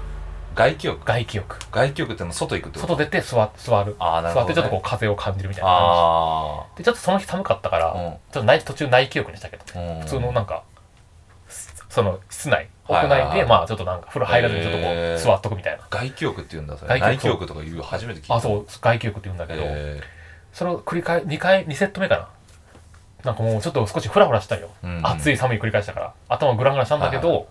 [SPEAKER 2] 外気浴
[SPEAKER 1] 外気浴。
[SPEAKER 2] 外気浴ってのは外行くってこと
[SPEAKER 1] 外出て座座る。
[SPEAKER 2] ああなる
[SPEAKER 1] 座
[SPEAKER 2] ほ
[SPEAKER 1] っ
[SPEAKER 2] ど
[SPEAKER 1] て
[SPEAKER 2] ね
[SPEAKER 1] ちょっとこう風を感じるみたいな感
[SPEAKER 2] あ
[SPEAKER 1] じ。で、ちょっとその日寒かったから、
[SPEAKER 2] あうん
[SPEAKER 1] ちょっと内途中内気浴にしたけど、
[SPEAKER 2] 普
[SPEAKER 1] 普通のなんか、すその室内、
[SPEAKER 2] はい
[SPEAKER 1] 屋
[SPEAKER 2] はいはい
[SPEAKER 1] 内で、まあちょっとなんか風呂入らずにちょっとこ
[SPEAKER 2] へ
[SPEAKER 1] う
[SPEAKER 2] ー
[SPEAKER 1] 座っとくみたいな。
[SPEAKER 2] 外気浴って言うんだそ
[SPEAKER 1] 外
[SPEAKER 2] れ
[SPEAKER 1] 気浴
[SPEAKER 2] 内気浴とか言う初めて聞いた
[SPEAKER 1] あ、そう、外気浴って言うんだけど、
[SPEAKER 2] え
[SPEAKER 1] それを繰り返、2回、2セット目かな。なんかもうちょっと少しフラフラしたんよ。
[SPEAKER 2] えうん
[SPEAKER 1] 暑い寒い繰り返したから。頭グラングランしたんだけ
[SPEAKER 2] はい
[SPEAKER 1] ど、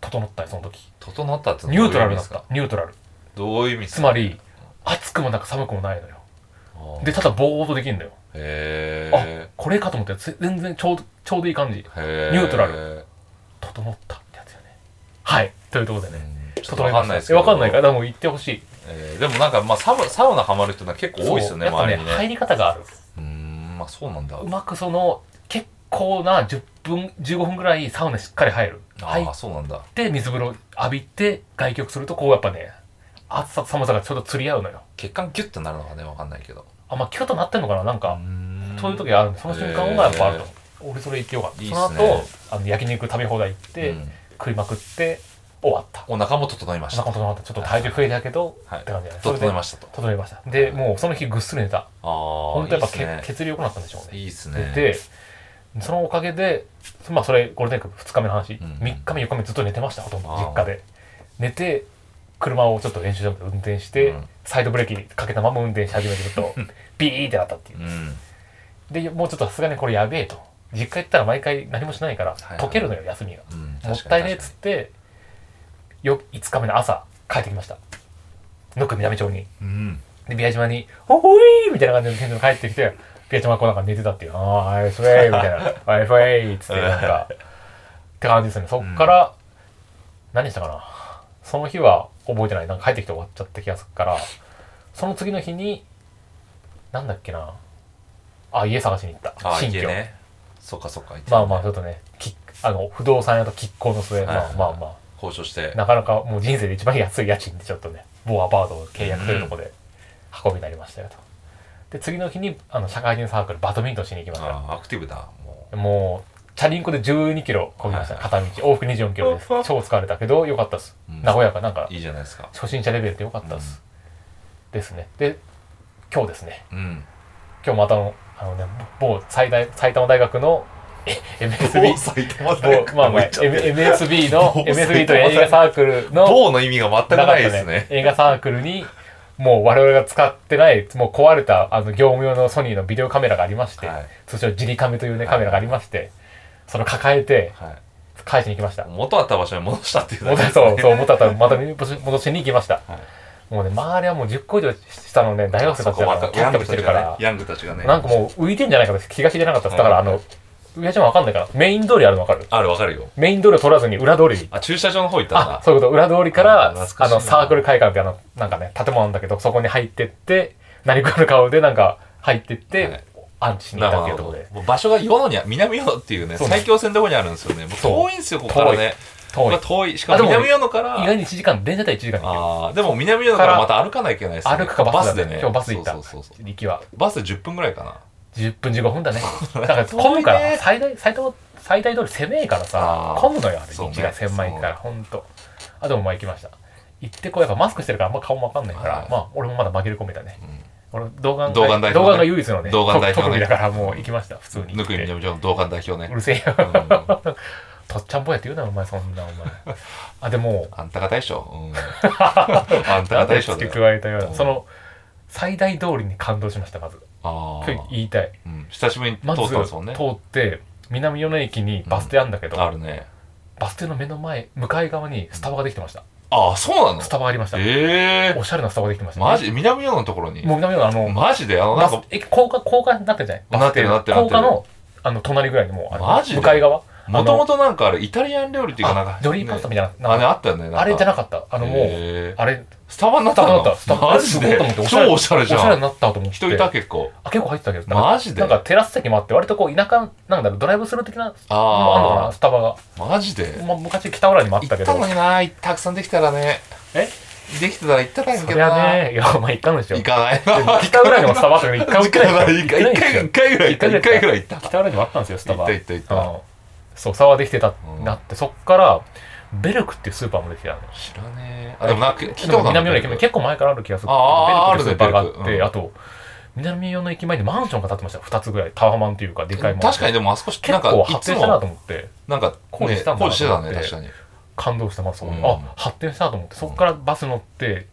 [SPEAKER 1] 整ったよ、その時。
[SPEAKER 2] 整ったって
[SPEAKER 1] ニュートラルだ
[SPEAKER 2] で
[SPEAKER 1] っ
[SPEAKER 2] すか
[SPEAKER 1] た。ニュートラル。
[SPEAKER 2] どういう意味っす
[SPEAKER 1] つ
[SPEAKER 2] か
[SPEAKER 1] まり、暑くもなく寒くもないのよ。
[SPEAKER 2] ああ
[SPEAKER 1] で、ただぼーっとできるんだよ。
[SPEAKER 2] へ
[SPEAKER 1] あ
[SPEAKER 2] え、
[SPEAKER 1] これかと思って、つ全然ちょうど、ちょうどいい感じ。
[SPEAKER 2] へえ
[SPEAKER 1] ニュートラル整ったってやつよね。はい。というところでね。
[SPEAKER 2] ちょっとわかんないですけ
[SPEAKER 1] え
[SPEAKER 2] ど
[SPEAKER 1] わかんないから、でも言ってほしい。
[SPEAKER 2] えーでもなんかまあサウサウナハマる人は結構多いですよね
[SPEAKER 1] そうやっぱ
[SPEAKER 2] 周
[SPEAKER 1] ね
[SPEAKER 2] りに
[SPEAKER 1] 入
[SPEAKER 2] ね
[SPEAKER 1] り方がある
[SPEAKER 2] うーんまあそうなんだ
[SPEAKER 1] うまくその結構な10分15分ぐらいサウナしっかり入る入っ
[SPEAKER 2] ああそうなんだ
[SPEAKER 1] て水風呂浴びて外局するとこうやっぱね暑さと寒さがちょうど釣り合うのよ
[SPEAKER 2] 血管キュッとなるのかねわかんないけど
[SPEAKER 1] あまあキュッとなってんのかななん
[SPEAKER 2] う
[SPEAKER 1] か
[SPEAKER 2] ーん
[SPEAKER 1] そういう時があるんでその瞬間がやっぱあると
[SPEAKER 2] へ
[SPEAKER 1] 俺それ行ってよかった
[SPEAKER 2] いいっ
[SPEAKER 1] そ
[SPEAKER 2] す
[SPEAKER 1] の
[SPEAKER 2] ね
[SPEAKER 1] 後あの焼肉食べ放題行って、
[SPEAKER 2] うん
[SPEAKER 1] 食いまくって終わった
[SPEAKER 2] お腹も整いまし
[SPEAKER 1] そんな
[SPEAKER 2] た
[SPEAKER 1] ことなかったちょっと体重増えたけど、
[SPEAKER 2] はい
[SPEAKER 1] って感じだねそれ
[SPEAKER 2] 整い
[SPEAKER 1] で
[SPEAKER 2] ましたと
[SPEAKER 1] 整いましたでもうその日ぐっすり寝た
[SPEAKER 2] ああ
[SPEAKER 1] 本当やっぱ血
[SPEAKER 2] いいっすね
[SPEAKER 1] 血流良くなったんでしょうね
[SPEAKER 2] いいっす
[SPEAKER 1] で
[SPEAKER 2] ね
[SPEAKER 1] でそのおかげで、まあ、それゴールデンウィーク2日目の話、
[SPEAKER 2] ん
[SPEAKER 1] 3日目4日目ずっと寝てましたほとんど
[SPEAKER 2] あー
[SPEAKER 1] 実家で寝て車をちょっと練習場で運転して、
[SPEAKER 2] うん
[SPEAKER 1] サイドブレーキかけたまま運転し始めてる とビーってなったっていう
[SPEAKER 2] う、ん
[SPEAKER 1] でもうちょっとさすがにこれやべえと実家行ったら毎回何もしないから
[SPEAKER 2] はい
[SPEAKER 1] 溶けるのよ休みが、
[SPEAKER 2] うん
[SPEAKER 1] もったいねえっつってよ5日目の朝帰ってきましたノック南町に
[SPEAKER 2] うん
[SPEAKER 1] で、ビア島に、ほほいみたいな感じのテンションで帰ってきて、ビア島がこうなんか寝てたっていう、ああ、アイフェイみたい な、アイフェイっつって、なんか、って感じですね。そっから、何したかな。その日は覚えてない。なんか帰ってきて終わっちゃった気がするから、その次の日に、なんだっけな。あ、家探しに行った。
[SPEAKER 2] ああ
[SPEAKER 1] 新居。
[SPEAKER 2] 家ねそっかそっか。
[SPEAKER 1] まあまあ、ちょっとね、きあの不動産屋と拮抗の末、
[SPEAKER 2] はい
[SPEAKER 1] まあまあま
[SPEAKER 2] 交渉して
[SPEAKER 1] あ、。なかなかもう人生で一番安い家賃でちょっとね、某アパートを契約というところで運びになりましたよと。で、次の日にあの社会人サークル、バドミントンしに行きました。
[SPEAKER 2] ああ、アクティブだ。も
[SPEAKER 1] もう、チャリンコで12キロ漕ぎました、
[SPEAKER 2] はい
[SPEAKER 1] 片道。往復24キロです。超疲れたけど、良かったです。
[SPEAKER 2] うん
[SPEAKER 1] 和やか、なんか
[SPEAKER 2] う、い、いじゃないですか。
[SPEAKER 1] 初心者レベルで良かったです。ですね。で、今日ですね。
[SPEAKER 2] うん。
[SPEAKER 1] 今日またあの、あのね、某最大埼玉大学の、え MSB
[SPEAKER 2] 某、埼玉大
[SPEAKER 1] 某
[SPEAKER 2] 学
[SPEAKER 1] まあまあ、
[SPEAKER 2] 言っちゃってる
[SPEAKER 1] M- MSB の、
[SPEAKER 2] 某埼玉
[SPEAKER 1] MSB という映画サークルの、
[SPEAKER 2] 某の意味が全くないで
[SPEAKER 1] な
[SPEAKER 2] す
[SPEAKER 1] かっ
[SPEAKER 2] ね。
[SPEAKER 1] た映画サークルに、もう我々が使ってない、もう壊れた、あの、業務用のソニーのビデオカメラがありまして、
[SPEAKER 2] はい
[SPEAKER 1] 通称ジリカメというね、カメラがありまして、それを抱えて、
[SPEAKER 2] はい。
[SPEAKER 1] 返しに行きました。
[SPEAKER 2] 元あった場所に戻したっていうだ
[SPEAKER 1] 戻
[SPEAKER 2] けです
[SPEAKER 1] そう、
[SPEAKER 2] ね。
[SPEAKER 1] そう思ったら、また戻し戻しに行きました。
[SPEAKER 2] はい
[SPEAKER 1] もうね、周りはもう10個以上下のね、大学生たちがキャ
[SPEAKER 2] ヤ
[SPEAKER 1] ッ
[SPEAKER 2] ン
[SPEAKER 1] キャプ
[SPEAKER 2] グた
[SPEAKER 1] して
[SPEAKER 2] ち
[SPEAKER 1] るか
[SPEAKER 2] が
[SPEAKER 1] ら
[SPEAKER 2] ね、、ヤングたちがね。
[SPEAKER 1] なんかもう浮いてんじゃないかって気が知れなかったです。だから、あ
[SPEAKER 2] は
[SPEAKER 1] の
[SPEAKER 2] い、
[SPEAKER 1] 上ちゃんわかんないから、メイン通りあるのわかる
[SPEAKER 2] ある、わかるよ。
[SPEAKER 1] メイン通りを取らずに裏通りに。
[SPEAKER 2] あ、駐車場の方行ったん
[SPEAKER 1] あ、
[SPEAKER 2] だ。
[SPEAKER 1] そういうこと、裏通りから、
[SPEAKER 2] あ
[SPEAKER 1] あ
[SPEAKER 2] 懐かしいな
[SPEAKER 1] の、サークル会館ってあの、なんかね、建物なんだけど、そこに入ってって、何食わぬ顔でなんか入ってっ
[SPEAKER 2] は
[SPEAKER 1] て
[SPEAKER 2] い、
[SPEAKER 1] アンチしに行
[SPEAKER 2] なる
[SPEAKER 1] った
[SPEAKER 2] ほ
[SPEAKER 1] っていうとこ
[SPEAKER 2] ど
[SPEAKER 1] ろで。
[SPEAKER 2] もう場所が世野にあ、南世野っていうね、
[SPEAKER 1] そうです
[SPEAKER 2] 最強線のとこにあるんですよね。もう遠いんですよ、ここからね。こ
[SPEAKER 1] 遠い
[SPEAKER 2] こが。遠い。しか
[SPEAKER 1] あで
[SPEAKER 2] も
[SPEAKER 1] も
[SPEAKER 2] 南世野から、
[SPEAKER 1] 意外に1時間、電車で1時間で行ける。
[SPEAKER 2] ああ、でも南野だからまた歩かないといけないですね。
[SPEAKER 1] 歩くかバ
[SPEAKER 2] バ
[SPEAKER 1] ス
[SPEAKER 2] ス
[SPEAKER 1] だ
[SPEAKER 2] で
[SPEAKER 1] ね
[SPEAKER 2] ね。。
[SPEAKER 1] 今日バス行った
[SPEAKER 2] そうそうそう。。
[SPEAKER 1] 行きは。
[SPEAKER 2] バスで10分ぐらいかな。
[SPEAKER 1] 10分15分だね。だから混むか
[SPEAKER 2] 遠い
[SPEAKER 1] ら、
[SPEAKER 2] ね
[SPEAKER 1] 最大、最大、最大通り狭いからさ
[SPEAKER 2] あ、ー
[SPEAKER 1] 混むのよ、あれ。
[SPEAKER 2] そうね
[SPEAKER 1] 道が狭いから、ほんと。あ、でもまあ行きました。行ってこう、やっぱマスクしてるからあんま顔もわかんないか
[SPEAKER 2] は
[SPEAKER 1] ら、
[SPEAKER 2] い
[SPEAKER 1] まあ俺もまだ紛れ込めたね。俺、童顔が、
[SPEAKER 2] 童顔代表ね
[SPEAKER 1] 童顔が唯一のね、
[SPEAKER 2] 童顔代表ね
[SPEAKER 1] 特技だからもう行きました、普通に行
[SPEAKER 2] ぬ
[SPEAKER 1] っ
[SPEAKER 2] く
[SPEAKER 1] て。
[SPEAKER 2] み南野の同感代表
[SPEAKER 1] う
[SPEAKER 2] ね。
[SPEAKER 1] るせえよ。
[SPEAKER 2] うんあ
[SPEAKER 1] とっちゃんぼやって言うな、お前、そん な、お前。あ、でも、
[SPEAKER 2] んたが大将。 うんあんたが大将
[SPEAKER 1] 付
[SPEAKER 2] だ
[SPEAKER 1] け
[SPEAKER 2] よ。
[SPEAKER 1] 加えたよう
[SPEAKER 2] う
[SPEAKER 1] な、
[SPEAKER 2] ん
[SPEAKER 1] その、最大通りに感動しました、まず。
[SPEAKER 2] あ
[SPEAKER 1] 今日
[SPEAKER 2] あ。
[SPEAKER 1] 言いたい。
[SPEAKER 2] うん久しぶりに通
[SPEAKER 1] ま
[SPEAKER 2] っ
[SPEAKER 1] ず、
[SPEAKER 2] たんです
[SPEAKER 1] 通
[SPEAKER 2] もんね。
[SPEAKER 1] って、南米野駅にバス停あるんだけど、
[SPEAKER 2] あるね。
[SPEAKER 1] バス停の目の前、向かい側にスタバができてました。
[SPEAKER 2] ああ、そうなの
[SPEAKER 1] スタバありました。
[SPEAKER 2] ええ
[SPEAKER 1] おしゃれなスタバができてまし
[SPEAKER 2] ー。
[SPEAKER 1] たね、
[SPEAKER 2] マジ南野のところに
[SPEAKER 1] もう南米野のあの、
[SPEAKER 2] マジであの、な
[SPEAKER 1] バ
[SPEAKER 2] ん
[SPEAKER 1] ス
[SPEAKER 2] か、、
[SPEAKER 1] 駅、高架、高架になってるじゃない
[SPEAKER 2] なってるなってるな
[SPEAKER 1] 高
[SPEAKER 2] ってる
[SPEAKER 1] 架の、あの、隣ぐらいにもう、あの
[SPEAKER 2] マジで
[SPEAKER 1] 向かい側。
[SPEAKER 2] もともとなんかあれ、イタリアン料理っていうかなん
[SPEAKER 1] あ、
[SPEAKER 2] か
[SPEAKER 1] ドリーパスタみたいな。
[SPEAKER 2] あれあったよね。
[SPEAKER 1] あれじゃ
[SPEAKER 2] な
[SPEAKER 1] なん
[SPEAKER 2] か
[SPEAKER 1] かった。あの、もう、
[SPEAKER 2] へー
[SPEAKER 1] あれ、
[SPEAKER 2] スタバになっ
[SPEAKER 1] スタ
[SPEAKER 2] た
[SPEAKER 1] バだ
[SPEAKER 2] の
[SPEAKER 1] った。スタバ
[SPEAKER 2] マジで
[SPEAKER 1] だった
[SPEAKER 2] 超おしゃれじ
[SPEAKER 1] おしゃ
[SPEAKER 2] ゃ
[SPEAKER 1] れに
[SPEAKER 2] ん。
[SPEAKER 1] なったと思って。
[SPEAKER 2] 人いた結構。
[SPEAKER 1] あ、結構入ってたけど。
[SPEAKER 2] マジで
[SPEAKER 1] なんかテラス席もあって、割とこう田舎、なんだろう、ドライブスルー的な、あんのか
[SPEAKER 2] あ
[SPEAKER 1] な、スタバが。
[SPEAKER 2] あ、マジで
[SPEAKER 1] まあ、昔北浦にもあっ
[SPEAKER 2] 行
[SPEAKER 1] た
[SPEAKER 2] っ
[SPEAKER 1] け
[SPEAKER 2] た
[SPEAKER 1] ど
[SPEAKER 2] の。になたくさんできたらね。
[SPEAKER 1] え
[SPEAKER 2] できてたら行ったらいい
[SPEAKER 1] そ
[SPEAKER 2] け
[SPEAKER 1] り
[SPEAKER 2] どな。
[SPEAKER 1] ゃね、いや、まあ行ったんでしょ
[SPEAKER 2] 行。かない
[SPEAKER 1] でも
[SPEAKER 2] な。
[SPEAKER 1] 北浦にもスタバとか一回も行ってないですよ
[SPEAKER 2] 一回一回、一回ぐらい行った。一回ぐらい行った。
[SPEAKER 1] 北浦にもあったんですよ、スタバ。
[SPEAKER 2] 行った行った行った
[SPEAKER 1] うんそう、スタバできてた
[SPEAKER 2] うん
[SPEAKER 1] なって、そっから、ベルクっていうスーパーもできてたのよ
[SPEAKER 2] 知らねえ。あ、でもなんか聞いた
[SPEAKER 1] でも
[SPEAKER 2] ことある
[SPEAKER 1] 南野の駅前結構前からある気がする
[SPEAKER 2] あー
[SPEAKER 1] ベルクっていうスーパーがあって
[SPEAKER 2] あるねベルクうん
[SPEAKER 1] あと南野の駅前にマンションが建ってました2つぐらいタワマンというかでかいマンション
[SPEAKER 2] 確かにでもあそこしな
[SPEAKER 1] 結
[SPEAKER 2] んか
[SPEAKER 1] 構
[SPEAKER 2] い
[SPEAKER 1] 発
[SPEAKER 2] つ
[SPEAKER 1] 展したな
[SPEAKER 2] も
[SPEAKER 1] と思って
[SPEAKER 2] なんかね
[SPEAKER 1] 工事したんだなと思って
[SPEAKER 2] 工事してたね確かに
[SPEAKER 1] 感動してますそこに、
[SPEAKER 2] うん
[SPEAKER 1] あ発展したなと思ってそこからバス乗って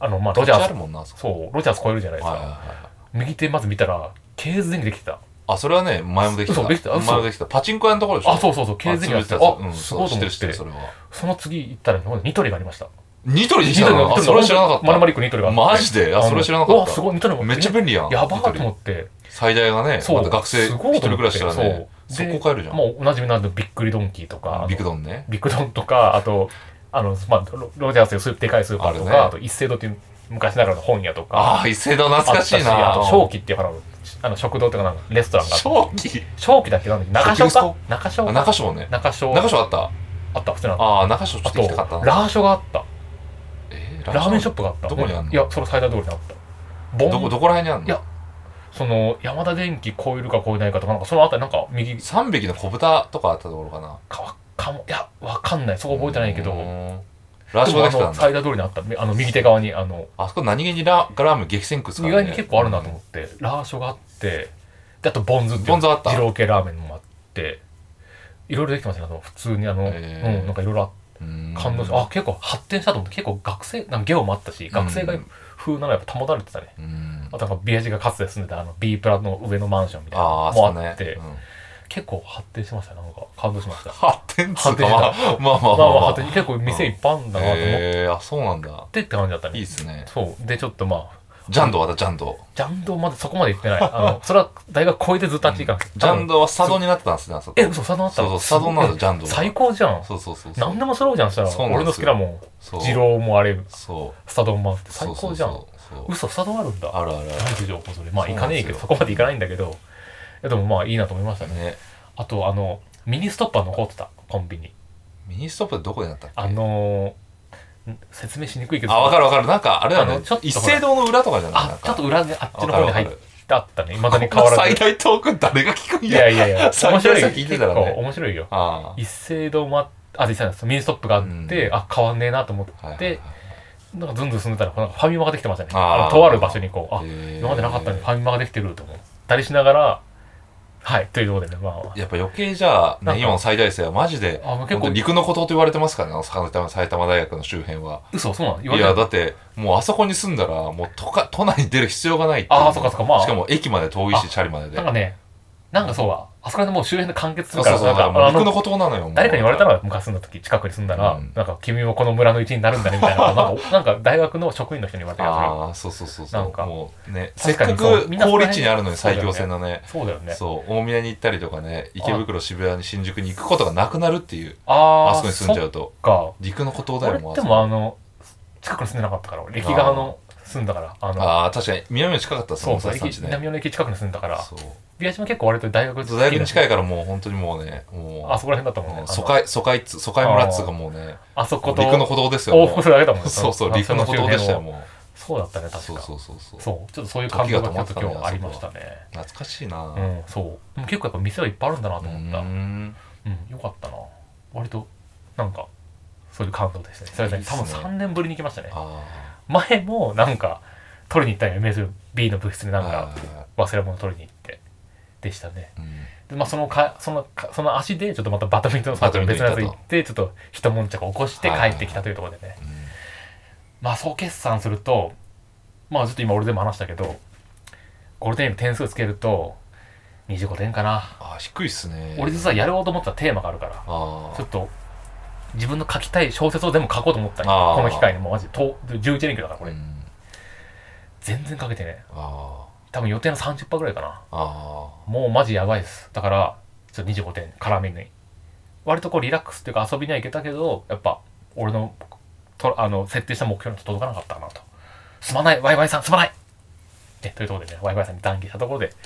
[SPEAKER 1] あのまあ
[SPEAKER 2] どっ
[SPEAKER 1] ロ
[SPEAKER 2] ち
[SPEAKER 1] ジャ
[SPEAKER 2] ある
[SPEAKER 1] ース
[SPEAKER 2] もんなあそこ
[SPEAKER 1] そうロジャース超えるじゃないです
[SPEAKER 2] はい
[SPEAKER 1] か、
[SPEAKER 2] はいはい
[SPEAKER 1] 右手まず見たら経図電気できてた
[SPEAKER 2] あそれはね前もできた
[SPEAKER 1] 嘘できた嘘
[SPEAKER 2] 前もできたパチンコ屋のところでしょ
[SPEAKER 1] あそうそうそう経図電気が来てあ、
[SPEAKER 2] あ潰れてたやつうん
[SPEAKER 1] すごいと
[SPEAKER 2] そう知って
[SPEAKER 1] 思
[SPEAKER 2] る
[SPEAKER 1] っ
[SPEAKER 2] 知って
[SPEAKER 1] て
[SPEAKER 2] るそれは
[SPEAKER 1] その次行ったら今度ニトリがありました
[SPEAKER 2] ニトリでき
[SPEAKER 1] ニト
[SPEAKER 2] た
[SPEAKER 1] リ
[SPEAKER 2] の
[SPEAKER 1] が
[SPEAKER 2] あそれは知らなかっ
[SPEAKER 1] まるま
[SPEAKER 2] た
[SPEAKER 1] る1個ニトリがあって
[SPEAKER 2] マジであそれ知らな
[SPEAKER 1] う
[SPEAKER 2] か
[SPEAKER 1] わ
[SPEAKER 2] っ
[SPEAKER 1] す
[SPEAKER 2] た
[SPEAKER 1] ごいニトリも
[SPEAKER 2] めっちゃ便利やん
[SPEAKER 1] やばー
[SPEAKER 2] ニ
[SPEAKER 1] と
[SPEAKER 2] ト
[SPEAKER 1] 思
[SPEAKER 2] リ
[SPEAKER 1] って
[SPEAKER 2] 最大がね
[SPEAKER 1] そう
[SPEAKER 2] また学生
[SPEAKER 1] す
[SPEAKER 2] 一
[SPEAKER 1] ごいと
[SPEAKER 2] 人
[SPEAKER 1] 思
[SPEAKER 2] 暮らし
[SPEAKER 1] って
[SPEAKER 2] たらね
[SPEAKER 1] そ
[SPEAKER 2] そうこ帰るじゃん
[SPEAKER 1] もうおなじみなんでびっくりドンキーとか、あの
[SPEAKER 2] ビッグドンね
[SPEAKER 1] ビッグドンとか、あと、あの、まあ、ロロジャースのスーでかいスーパーと
[SPEAKER 2] あ
[SPEAKER 1] か、
[SPEAKER 2] る
[SPEAKER 1] あ,、
[SPEAKER 2] ね
[SPEAKER 1] と一斉堂っていう昔ながらの本屋とか、
[SPEAKER 2] ああ伊勢だ懐かしい
[SPEAKER 1] あ
[SPEAKER 2] な
[SPEAKER 1] と正気っていうかなあの食堂とかなんかレストランがあって、
[SPEAKER 2] 正気
[SPEAKER 1] 正気だっけなんだっけ中
[SPEAKER 2] 食
[SPEAKER 1] 小
[SPEAKER 2] 堂
[SPEAKER 1] か中小
[SPEAKER 2] あ中島ね
[SPEAKER 1] 中小
[SPEAKER 2] 中島あった
[SPEAKER 1] あった、普通なの。
[SPEAKER 2] ああ中島ちょ
[SPEAKER 1] あ
[SPEAKER 2] っと行きたかっ
[SPEAKER 1] と
[SPEAKER 2] た、な
[SPEAKER 1] ラーショがあった。
[SPEAKER 2] え
[SPEAKER 1] ラーメンショ
[SPEAKER 2] ッ
[SPEAKER 1] ップがあった。
[SPEAKER 2] どこにあんの
[SPEAKER 1] いや、その最大通りにあった。ボン
[SPEAKER 2] どこどこら辺にあるの
[SPEAKER 1] いやその、山田電機超えるか超えないかとか、なんかそのあたりなんか右
[SPEAKER 2] 3匹の小豚とかあったところかな
[SPEAKER 1] かわかも、いや、わかんない。そこ覚えてないけど、
[SPEAKER 2] う
[SPEAKER 1] でも
[SPEAKER 2] んラーショーが
[SPEAKER 1] あ
[SPEAKER 2] 来た
[SPEAKER 1] の、
[SPEAKER 2] んだ
[SPEAKER 1] 最大通りにあった、あの、右手側に、あの、
[SPEAKER 2] あそこ何気にラガラーメン激戦区っすか
[SPEAKER 1] 意
[SPEAKER 2] らね
[SPEAKER 1] 外に結構あるなと思って、ラーショがあってであとボンズっていう
[SPEAKER 2] ボンズあった
[SPEAKER 1] 二郎系ラーメンもあっていろいろできてましたねあの普通にあの、
[SPEAKER 2] へー
[SPEAKER 1] うんなんかいろいろ
[SPEAKER 2] うん
[SPEAKER 1] 感動しあ結構発展したと思って結構学生なんかゲオもあったし学生が
[SPEAKER 2] うん
[SPEAKER 1] 風なのやっぱ保たれてたね、
[SPEAKER 2] うん
[SPEAKER 1] あとなんかビアジがかつて住んでたあの B プラの上のマンションみたいな
[SPEAKER 2] あ
[SPEAKER 1] も
[SPEAKER 2] あそう
[SPEAKER 1] あ
[SPEAKER 2] ね
[SPEAKER 1] って、
[SPEAKER 2] うん
[SPEAKER 1] 結構発展してましたねなんか感動しました
[SPEAKER 2] 発展っつうかまあ
[SPEAKER 1] 発
[SPEAKER 2] まあま
[SPEAKER 1] ま
[SPEAKER 2] あ
[SPEAKER 1] あま
[SPEAKER 2] ま
[SPEAKER 1] あ
[SPEAKER 2] あ
[SPEAKER 1] 発
[SPEAKER 2] ま
[SPEAKER 1] 展結構店いっぱいあるんだ
[SPEAKER 2] あ
[SPEAKER 1] なと思ってっ
[SPEAKER 2] へえあそうなんだ
[SPEAKER 1] てって感じだったね
[SPEAKER 2] いいっすね
[SPEAKER 1] そうでちょっとまあ
[SPEAKER 2] ジャンドはだジャンド
[SPEAKER 1] ジャンドまでそこまで行って ないあのそれは大学超えてずっとあっち行かなくて
[SPEAKER 2] ジャンドは佐渡になってたんですねあそこ
[SPEAKER 1] え、嘘、佐野あった
[SPEAKER 2] そうそう佐渡なんだ
[SPEAKER 1] え
[SPEAKER 2] ジャンドは
[SPEAKER 1] 最高じゃん。
[SPEAKER 2] そうそうそうそう
[SPEAKER 1] 何でも揃うじゃん、したら。
[SPEAKER 2] そうなんですよ
[SPEAKER 1] 俺の好きだもん。
[SPEAKER 2] そう
[SPEAKER 1] 二郎もあれ、
[SPEAKER 2] そう
[SPEAKER 1] スタドンもあって、最高じゃん
[SPEAKER 2] そう。そうそうそう
[SPEAKER 1] 嘘、スタドンあるんだ。
[SPEAKER 2] あるある
[SPEAKER 1] ない情報それ。まあ、
[SPEAKER 2] そ
[SPEAKER 1] 行
[SPEAKER 2] うな
[SPEAKER 1] か
[SPEAKER 2] ん
[SPEAKER 1] ね
[SPEAKER 2] ですよ
[SPEAKER 1] えけど、そこまで行かないんだけど。いやでもまあ、いいなと思いました
[SPEAKER 2] ある
[SPEAKER 1] ね。
[SPEAKER 2] ね
[SPEAKER 1] あとあのミニストッパー残ってたコンビニ
[SPEAKER 2] ミニストップってどこでなったっけ
[SPEAKER 1] あのーん説明しにくいけど
[SPEAKER 2] あ、わかるわかる。なんか、あれだ
[SPEAKER 1] あ
[SPEAKER 2] ね
[SPEAKER 1] のちょっ。と
[SPEAKER 2] 一斉堂の裏とかじゃないな
[SPEAKER 1] あ
[SPEAKER 2] んか
[SPEAKER 1] ちょっと裏であっちの方に入っ
[SPEAKER 2] わかるわか
[SPEAKER 1] てあったねいまだに変
[SPEAKER 2] こ
[SPEAKER 1] わ
[SPEAKER 2] ん
[SPEAKER 1] ら
[SPEAKER 2] な
[SPEAKER 1] ない
[SPEAKER 2] 最大トーク誰が聞くん
[SPEAKER 1] い
[SPEAKER 2] や。
[SPEAKER 1] やいやいや
[SPEAKER 2] 最
[SPEAKER 1] 面
[SPEAKER 2] 初の
[SPEAKER 1] 白い
[SPEAKER 2] 人
[SPEAKER 1] よ
[SPEAKER 2] 聞いて
[SPEAKER 1] 結
[SPEAKER 2] たら
[SPEAKER 1] 構
[SPEAKER 2] ね
[SPEAKER 1] 面白いよ
[SPEAKER 2] あ
[SPEAKER 1] 一斉堂もああ実際なんですミニストップがあって、
[SPEAKER 2] うん
[SPEAKER 1] あ変わんねえなと思って、
[SPEAKER 2] あ。はいはいはい
[SPEAKER 1] なんかずんずん進んでたらこうなんかファミマができてましたね
[SPEAKER 2] あー
[SPEAKER 1] あのとある場所にこうあ
[SPEAKER 2] へー
[SPEAKER 1] 今までなかったのにファミマができてると思ったりしながらはいというところでねまあ
[SPEAKER 2] やっぱ余計じゃあ、
[SPEAKER 1] なん
[SPEAKER 2] ね、
[SPEAKER 1] か
[SPEAKER 2] 今の最大生はマジで、
[SPEAKER 1] あもう結構
[SPEAKER 2] 本当陸の孤島と言われてますからねあの埼玉、埼玉大学の周辺は。
[SPEAKER 1] 嘘そうなの言
[SPEAKER 2] い
[SPEAKER 1] われた
[SPEAKER 2] や、だって、もうあそこに住んだら、もう都 か都内に出る必要がないってい
[SPEAKER 1] あーそっかそっかまあ
[SPEAKER 2] しかも駅まで遠い
[SPEAKER 1] あ
[SPEAKER 2] し、チャリまでで。
[SPEAKER 1] なんかねなんかそうだあそこら辺もう周辺で完結す
[SPEAKER 2] そう
[SPEAKER 1] るか
[SPEAKER 2] そう
[SPEAKER 1] ら
[SPEAKER 2] そう、だ
[SPEAKER 1] なん
[SPEAKER 2] からも
[SPEAKER 1] かあ
[SPEAKER 2] う陸の
[SPEAKER 1] の
[SPEAKER 2] 孤島なのよ。もう
[SPEAKER 1] 誰かに言われたら昔住んだ時近くに住んだら、
[SPEAKER 2] うん
[SPEAKER 1] なんか君もこの村の一員になるんだねみたいなことなんか なんか大学の職員の人に言われたやつが
[SPEAKER 2] ああ、そうそうそうそう。
[SPEAKER 1] なんか
[SPEAKER 2] もうね、せっ
[SPEAKER 1] 確か
[SPEAKER 2] か
[SPEAKER 1] にそう
[SPEAKER 2] く
[SPEAKER 1] みんな
[SPEAKER 2] 高立地にあるのに
[SPEAKER 1] そうだ
[SPEAKER 2] 最
[SPEAKER 1] よね
[SPEAKER 2] 強線だね。
[SPEAKER 1] そうだよね
[SPEAKER 2] そう、大宮に行ったりとかね、池袋、渋谷に新宿に行くことがなくなるっていう、
[SPEAKER 1] あ
[SPEAKER 2] あ
[SPEAKER 1] あ
[SPEAKER 2] そこに住んじゃ
[SPEAKER 1] う
[SPEAKER 2] うと。
[SPEAKER 1] か
[SPEAKER 2] 陸の孤島だよ、
[SPEAKER 1] 俺
[SPEAKER 2] もうあ
[SPEAKER 1] で
[SPEAKER 2] そこ。
[SPEAKER 1] もあの近くに住んでなかったから俺駅側の住んだからあの
[SPEAKER 2] ああ、確かに、南の近かったです
[SPEAKER 1] そ
[SPEAKER 2] も
[SPEAKER 1] うんそう
[SPEAKER 2] ね、さん
[SPEAKER 1] 駅
[SPEAKER 2] ちね。
[SPEAKER 1] 南の駅近くに住んだから
[SPEAKER 2] そう。
[SPEAKER 1] 宮島結構割と大学好き
[SPEAKER 2] 大学に近
[SPEAKER 1] い
[SPEAKER 2] いからもう本当にもうね、もう、
[SPEAKER 1] あそこら辺だったもんね
[SPEAKER 2] うん
[SPEAKER 1] あの
[SPEAKER 2] 疎開、疎開っつ、疎開村っつうかもうね、
[SPEAKER 1] あそこと
[SPEAKER 2] 陸の孤島ですよ。
[SPEAKER 1] 往
[SPEAKER 2] も
[SPEAKER 1] 復
[SPEAKER 2] う
[SPEAKER 1] するだけだもんね
[SPEAKER 2] そうそう、
[SPEAKER 1] の
[SPEAKER 2] 陸の孤島でしたよ、
[SPEAKER 1] その周辺を
[SPEAKER 2] も
[SPEAKER 1] そうだったね
[SPEAKER 2] う。
[SPEAKER 1] 確
[SPEAKER 2] そう
[SPEAKER 1] か
[SPEAKER 2] そうそうそう。
[SPEAKER 1] そうちょっとそういう感動がちょっと今日はありましたね
[SPEAKER 2] 懐かしいな
[SPEAKER 1] う
[SPEAKER 2] ぁ。
[SPEAKER 1] んそうでも結構やっぱ店はいっぱいあるんだな
[SPEAKER 2] う
[SPEAKER 1] と思ったうん
[SPEAKER 2] ん。
[SPEAKER 1] よかったな割となんかそういう感動でしたねそれで
[SPEAKER 2] いいっす
[SPEAKER 1] 多
[SPEAKER 2] ね
[SPEAKER 1] 分3年ぶりに来ましたね
[SPEAKER 2] あ
[SPEAKER 1] 前もなんか取りに行ったんよ MSB の部室で
[SPEAKER 2] あ。
[SPEAKER 1] なん
[SPEAKER 2] は
[SPEAKER 1] か
[SPEAKER 2] いはいはい
[SPEAKER 1] 忘れ物取りに行ってでしたね
[SPEAKER 2] うん
[SPEAKER 1] でまあ、そのかそのかその足でちょっとまたバドミントンサークル
[SPEAKER 2] バドミン
[SPEAKER 1] 別
[SPEAKER 2] トン
[SPEAKER 1] の
[SPEAKER 2] 行
[SPEAKER 1] やつ
[SPEAKER 2] ったと
[SPEAKER 1] 行ってちょっと一悶着起こして帰ってきたというところでね、
[SPEAKER 2] うん
[SPEAKER 1] まあ総決算するとまあちょっと今俺でも話したけどゴールデンウィーク点数つけると25点かな、
[SPEAKER 2] あー低いっすね
[SPEAKER 1] 俺実はやろうと思ったテーマがあるから
[SPEAKER 2] あ
[SPEAKER 1] ちょっと自分の書きたい小説を全部書こうと思ったの
[SPEAKER 2] あー
[SPEAKER 1] この機会にもうマジでと11連休だからこ
[SPEAKER 2] こ
[SPEAKER 1] れ、
[SPEAKER 2] れ
[SPEAKER 1] 全然書けてね
[SPEAKER 2] あ
[SPEAKER 1] 多分予定の30%ぐらいかな
[SPEAKER 2] ー あ
[SPEAKER 1] もうマジやばいです。だから、ちょっと25点、絡めに。割とこうリラックスっていうか遊びには行けたけど、やっぱ、俺の、とあの、設定した目標には届かなかったなと。すまない、ワイワイさん、すまないね、というところでね、ワイワイさんに懺悔したところで、ちょ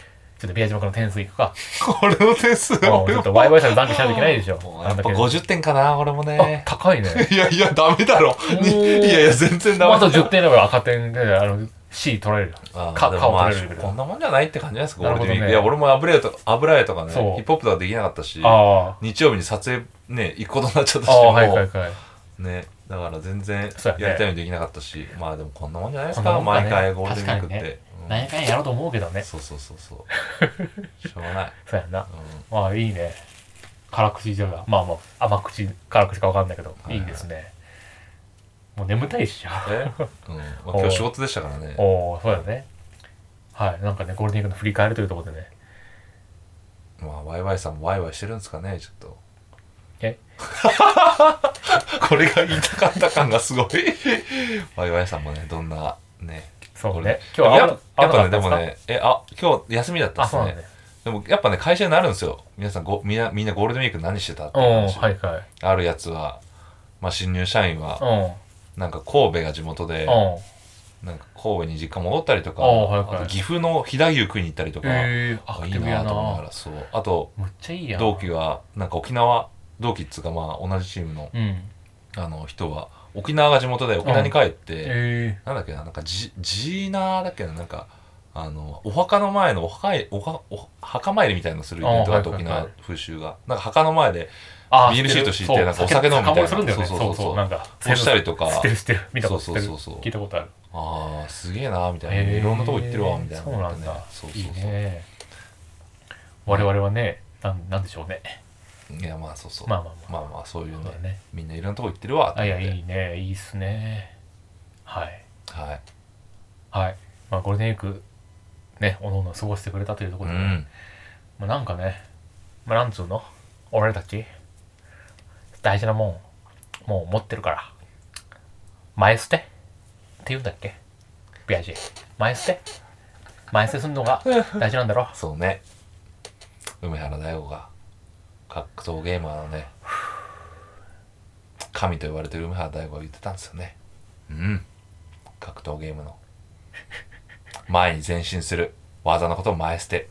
[SPEAKER 1] っと宮島君の点数いく か。
[SPEAKER 2] ー俺の点数
[SPEAKER 1] まあちょっとワイワイさんに懺悔しないといけないでしょ。
[SPEAKER 2] もう
[SPEAKER 1] あ
[SPEAKER 2] や
[SPEAKER 1] ん
[SPEAKER 2] っ
[SPEAKER 1] だ
[SPEAKER 2] ぱ
[SPEAKER 1] け
[SPEAKER 2] 50点かな俺も
[SPEAKER 1] あ
[SPEAKER 2] ね、
[SPEAKER 1] 高いね。
[SPEAKER 2] いやいやダメだろ
[SPEAKER 1] お
[SPEAKER 2] い
[SPEAKER 1] ー
[SPEAKER 2] やいや全然ダ
[SPEAKER 1] まああ
[SPEAKER 2] メだ
[SPEAKER 1] と10点だから赤点で、あの、C 取られるよ。
[SPEAKER 2] あー
[SPEAKER 1] か
[SPEAKER 2] でも
[SPEAKER 1] 顔
[SPEAKER 2] まあ
[SPEAKER 1] 取れるレベル
[SPEAKER 2] こんなもんじゃないって感じじゃないですか
[SPEAKER 1] な
[SPEAKER 2] ゴ
[SPEAKER 1] る
[SPEAKER 2] ール
[SPEAKER 1] ほ
[SPEAKER 2] デ
[SPEAKER 1] ど
[SPEAKER 2] ンウ
[SPEAKER 1] ね
[SPEAKER 2] ィークいや俺も油絵と油絵とかねヒ
[SPEAKER 1] そう
[SPEAKER 2] ップホップとかできなかったし
[SPEAKER 1] あ
[SPEAKER 2] 日曜日に撮影ね行くことになっちゃった
[SPEAKER 1] あ。あ
[SPEAKER 2] し
[SPEAKER 1] あ、
[SPEAKER 2] もう
[SPEAKER 1] はいはいはい。
[SPEAKER 2] ねだから全然
[SPEAKER 1] そうやね
[SPEAKER 2] やりたいのできなかったしまあでもこんなもんじゃないです
[SPEAKER 1] こん
[SPEAKER 2] か
[SPEAKER 1] なもんだ
[SPEAKER 2] 毎
[SPEAKER 1] ね
[SPEAKER 2] 回ゴールデンウィークっ
[SPEAKER 1] 確か
[SPEAKER 2] て
[SPEAKER 1] 何やかんややろうと思うけど
[SPEAKER 2] うん
[SPEAKER 1] ね。
[SPEAKER 2] そうそうそうそうしょうがない
[SPEAKER 1] そうやんな。
[SPEAKER 2] うん
[SPEAKER 1] まあいいね。辛口じゃが、まあまあ、甘口、辛口かわかんないけど、
[SPEAKER 2] はい
[SPEAKER 1] いいですね。もう眠たいっ しょ。
[SPEAKER 2] え、うんまあ、今日仕事でしたからね
[SPEAKER 1] おお、そうだね。はい、なんかね、ゴールデンウィークの振り返るというところでね。
[SPEAKER 2] まあワイワイさんもワイワイしてるんですかねちょっと
[SPEAKER 1] え
[SPEAKER 2] これが言いたかった感がすごいワイワイさんもねどんなね
[SPEAKER 1] そう
[SPEAKER 2] これ
[SPEAKER 1] ね。今日は
[SPEAKER 2] でもやっぱやっぱねで
[SPEAKER 1] 青
[SPEAKER 2] も
[SPEAKER 1] かったすか
[SPEAKER 2] ねえあ今日休みだった
[SPEAKER 1] あ、
[SPEAKER 2] っす
[SPEAKER 1] そうなん
[SPEAKER 2] ね
[SPEAKER 1] だね。
[SPEAKER 2] でもやっぱね会社になるんですよ皆さんごみんなみんなゴールデンウィーク何してたって
[SPEAKER 1] お
[SPEAKER 2] いう
[SPEAKER 1] お
[SPEAKER 2] 話、
[SPEAKER 1] はいはい。
[SPEAKER 2] あるやつは、まあ、新入社員は
[SPEAKER 1] う
[SPEAKER 2] なんか神戸が地元で
[SPEAKER 1] ん。うん。
[SPEAKER 2] なんか神戸に実家戻ったりとか、
[SPEAKER 1] あはいはい
[SPEAKER 2] あと岐阜の飛騨牛食いに行ったりとか、
[SPEAKER 1] ええ、ア
[SPEAKER 2] あ
[SPEAKER 1] ク
[SPEAKER 2] いい
[SPEAKER 1] ティブや
[SPEAKER 2] なと思いなが
[SPEAKER 1] な。
[SPEAKER 2] らそうあと
[SPEAKER 1] むっちゃいいやん。
[SPEAKER 2] 同期はなんか沖縄同期っつうかまあ同じチームの
[SPEAKER 1] うん。
[SPEAKER 2] あの人は沖縄が地元で沖縄に帰って、
[SPEAKER 1] ええ。
[SPEAKER 2] なんだっけななんかジジーナーだっけななんかあのお墓の前のお墓いおはお墓参りみたいなのするイベントがあって
[SPEAKER 1] あはい
[SPEAKER 2] 沖
[SPEAKER 1] はいはい
[SPEAKER 2] 縄風習がなんか墓の前で
[SPEAKER 1] あ
[SPEAKER 2] ビールシート敷いて
[SPEAKER 1] そう
[SPEAKER 2] なんかお酒飲むみたい
[SPEAKER 1] 酒盛り
[SPEAKER 2] な
[SPEAKER 1] するんだよね。そ
[SPEAKER 2] そ
[SPEAKER 1] うう
[SPEAKER 2] そう
[SPEAKER 1] そう
[SPEAKER 2] そうそう
[SPEAKER 1] なんか、
[SPEAKER 2] 押したりとか
[SPEAKER 1] 知ってる知ってる。見たこと知
[SPEAKER 2] そ
[SPEAKER 1] って
[SPEAKER 2] う
[SPEAKER 1] る。
[SPEAKER 2] そうそうそう
[SPEAKER 1] 聞いたことある。
[SPEAKER 2] あーすげえなみたい
[SPEAKER 1] へ
[SPEAKER 2] な
[SPEAKER 1] え
[SPEAKER 2] いろんなとこ行ってるわみたいな
[SPEAKER 1] そうなんだ
[SPEAKER 2] ねそうそ
[SPEAKER 1] い
[SPEAKER 2] う
[SPEAKER 1] い
[SPEAKER 2] そう
[SPEAKER 1] ね我々はねなんなんでしょうね
[SPEAKER 2] いやまあそうそう
[SPEAKER 1] まあまあまあ
[SPEAKER 2] まあまあそういう
[SPEAKER 1] そう
[SPEAKER 2] ね
[SPEAKER 1] だね
[SPEAKER 2] みんないろんなとこ行ってるわって
[SPEAKER 1] あい
[SPEAKER 2] 思っ
[SPEAKER 1] や
[SPEAKER 2] て
[SPEAKER 1] いいねいいっすねはい
[SPEAKER 2] はい
[SPEAKER 1] はいまあゴールデンウィークねおのおの過ごしてくれたというとこ
[SPEAKER 2] う
[SPEAKER 1] ろで、
[SPEAKER 2] ん
[SPEAKER 1] まあ、なんかねまあなんつうの俺たち大事なもんもう持ってるから前捨てって言うんだっけビアジ前捨て前捨てすんの が大事なんだろ
[SPEAKER 2] そうね梅原大吾が格闘ゲーマーのね神と言われてる梅原大吾が言ってたんですよねうん格闘ゲームの前に前進する技のことを前捨て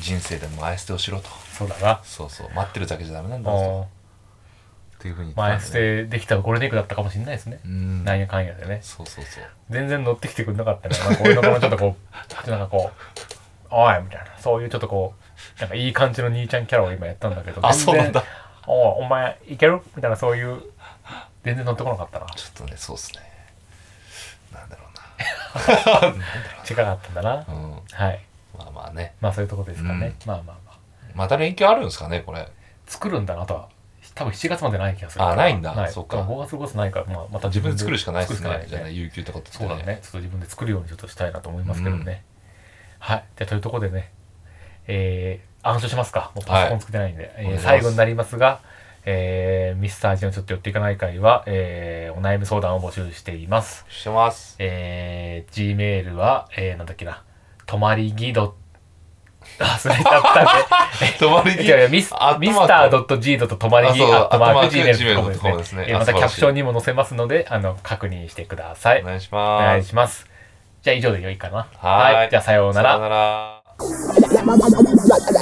[SPEAKER 2] 人生でも前捨てをしろと
[SPEAKER 1] そうだな
[SPEAKER 2] そうそう待ってるだけじゃダメなんだ
[SPEAKER 1] うん
[SPEAKER 2] ぞっていうふうに言ってたん
[SPEAKER 1] 前
[SPEAKER 2] でね
[SPEAKER 1] 捨てできたゴールデンウィークだったかもしれないですね
[SPEAKER 2] う、ん
[SPEAKER 1] なんやかんやでね
[SPEAKER 2] そうそうそう
[SPEAKER 1] 全然乗ってきてくれなかったねなんか俺の顔ちょっとこう ちょっとなんかこう「おい」みたいなそういうちょっとこうなんかいい感じの兄ちゃんキャラを今やったんだけど
[SPEAKER 2] あ
[SPEAKER 1] 全
[SPEAKER 2] そう
[SPEAKER 1] 然
[SPEAKER 2] なんだ
[SPEAKER 1] おいお前いけるみたいなそういう全然乗ってこなかったな
[SPEAKER 2] ちょっとねそうっすねなんだろ
[SPEAKER 1] 近かったんだな
[SPEAKER 2] うなうん
[SPEAKER 1] はい
[SPEAKER 2] まあまあね
[SPEAKER 1] まあそういうとこですかね、まあまあまあ
[SPEAKER 2] また連休あるんですかねこれ
[SPEAKER 1] 作るんだなとは多分7月までない気がする
[SPEAKER 2] あないんだ
[SPEAKER 1] はい、
[SPEAKER 2] そ
[SPEAKER 1] そ
[SPEAKER 2] っ
[SPEAKER 1] っ
[SPEAKER 2] か
[SPEAKER 1] か5月5月ないから、まあ、また
[SPEAKER 2] 自分で作るしかないです
[SPEAKER 1] 作る
[SPEAKER 2] ね
[SPEAKER 1] し
[SPEAKER 2] じ
[SPEAKER 1] か
[SPEAKER 2] ゃあ
[SPEAKER 1] ない
[SPEAKER 2] ね有給とか取って
[SPEAKER 1] そうだね。ちょっと自分で作るようにちょっとしたいなと思いますけどね。はい。じゃあ、というところでね、えー、暗唱しますか。もうパソコンつけてないんで。
[SPEAKER 2] お願
[SPEAKER 1] えー
[SPEAKER 2] いします
[SPEAKER 1] 最後になりますが、えー、ミスター G のちょっと寄っていかない会は、えー、お悩み相談を募集しています。
[SPEAKER 2] してます
[SPEAKER 1] えー、Gmail は、えー、なんだっけな、とまりぎど、あ、忘れちゃった ね。
[SPEAKER 2] 泊まり
[SPEAKER 1] いやいやミス
[SPEAKER 2] あ
[SPEAKER 1] ミスター .g. 止まりぎ、
[SPEAKER 2] あそう
[SPEAKER 1] アットマーク
[SPEAKER 2] アットマーク
[SPEAKER 1] gmail.com です
[SPEAKER 2] gmail.com
[SPEAKER 1] ね。
[SPEAKER 2] ですね
[SPEAKER 1] えー
[SPEAKER 2] あ
[SPEAKER 1] また
[SPEAKER 2] 素晴
[SPEAKER 1] キ
[SPEAKER 2] ら
[SPEAKER 1] ャ
[SPEAKER 2] しい
[SPEAKER 1] プションにも載せますので、あの、確認してください
[SPEAKER 2] お。願いし
[SPEAKER 1] お願
[SPEAKER 2] ま
[SPEAKER 1] い
[SPEAKER 2] す
[SPEAKER 1] します。じゃあ以上で良いかな。
[SPEAKER 2] はーい
[SPEAKER 1] じゃあさような
[SPEAKER 2] さ
[SPEAKER 1] ら
[SPEAKER 2] よう。なら
[SPEAKER 3] la la la la la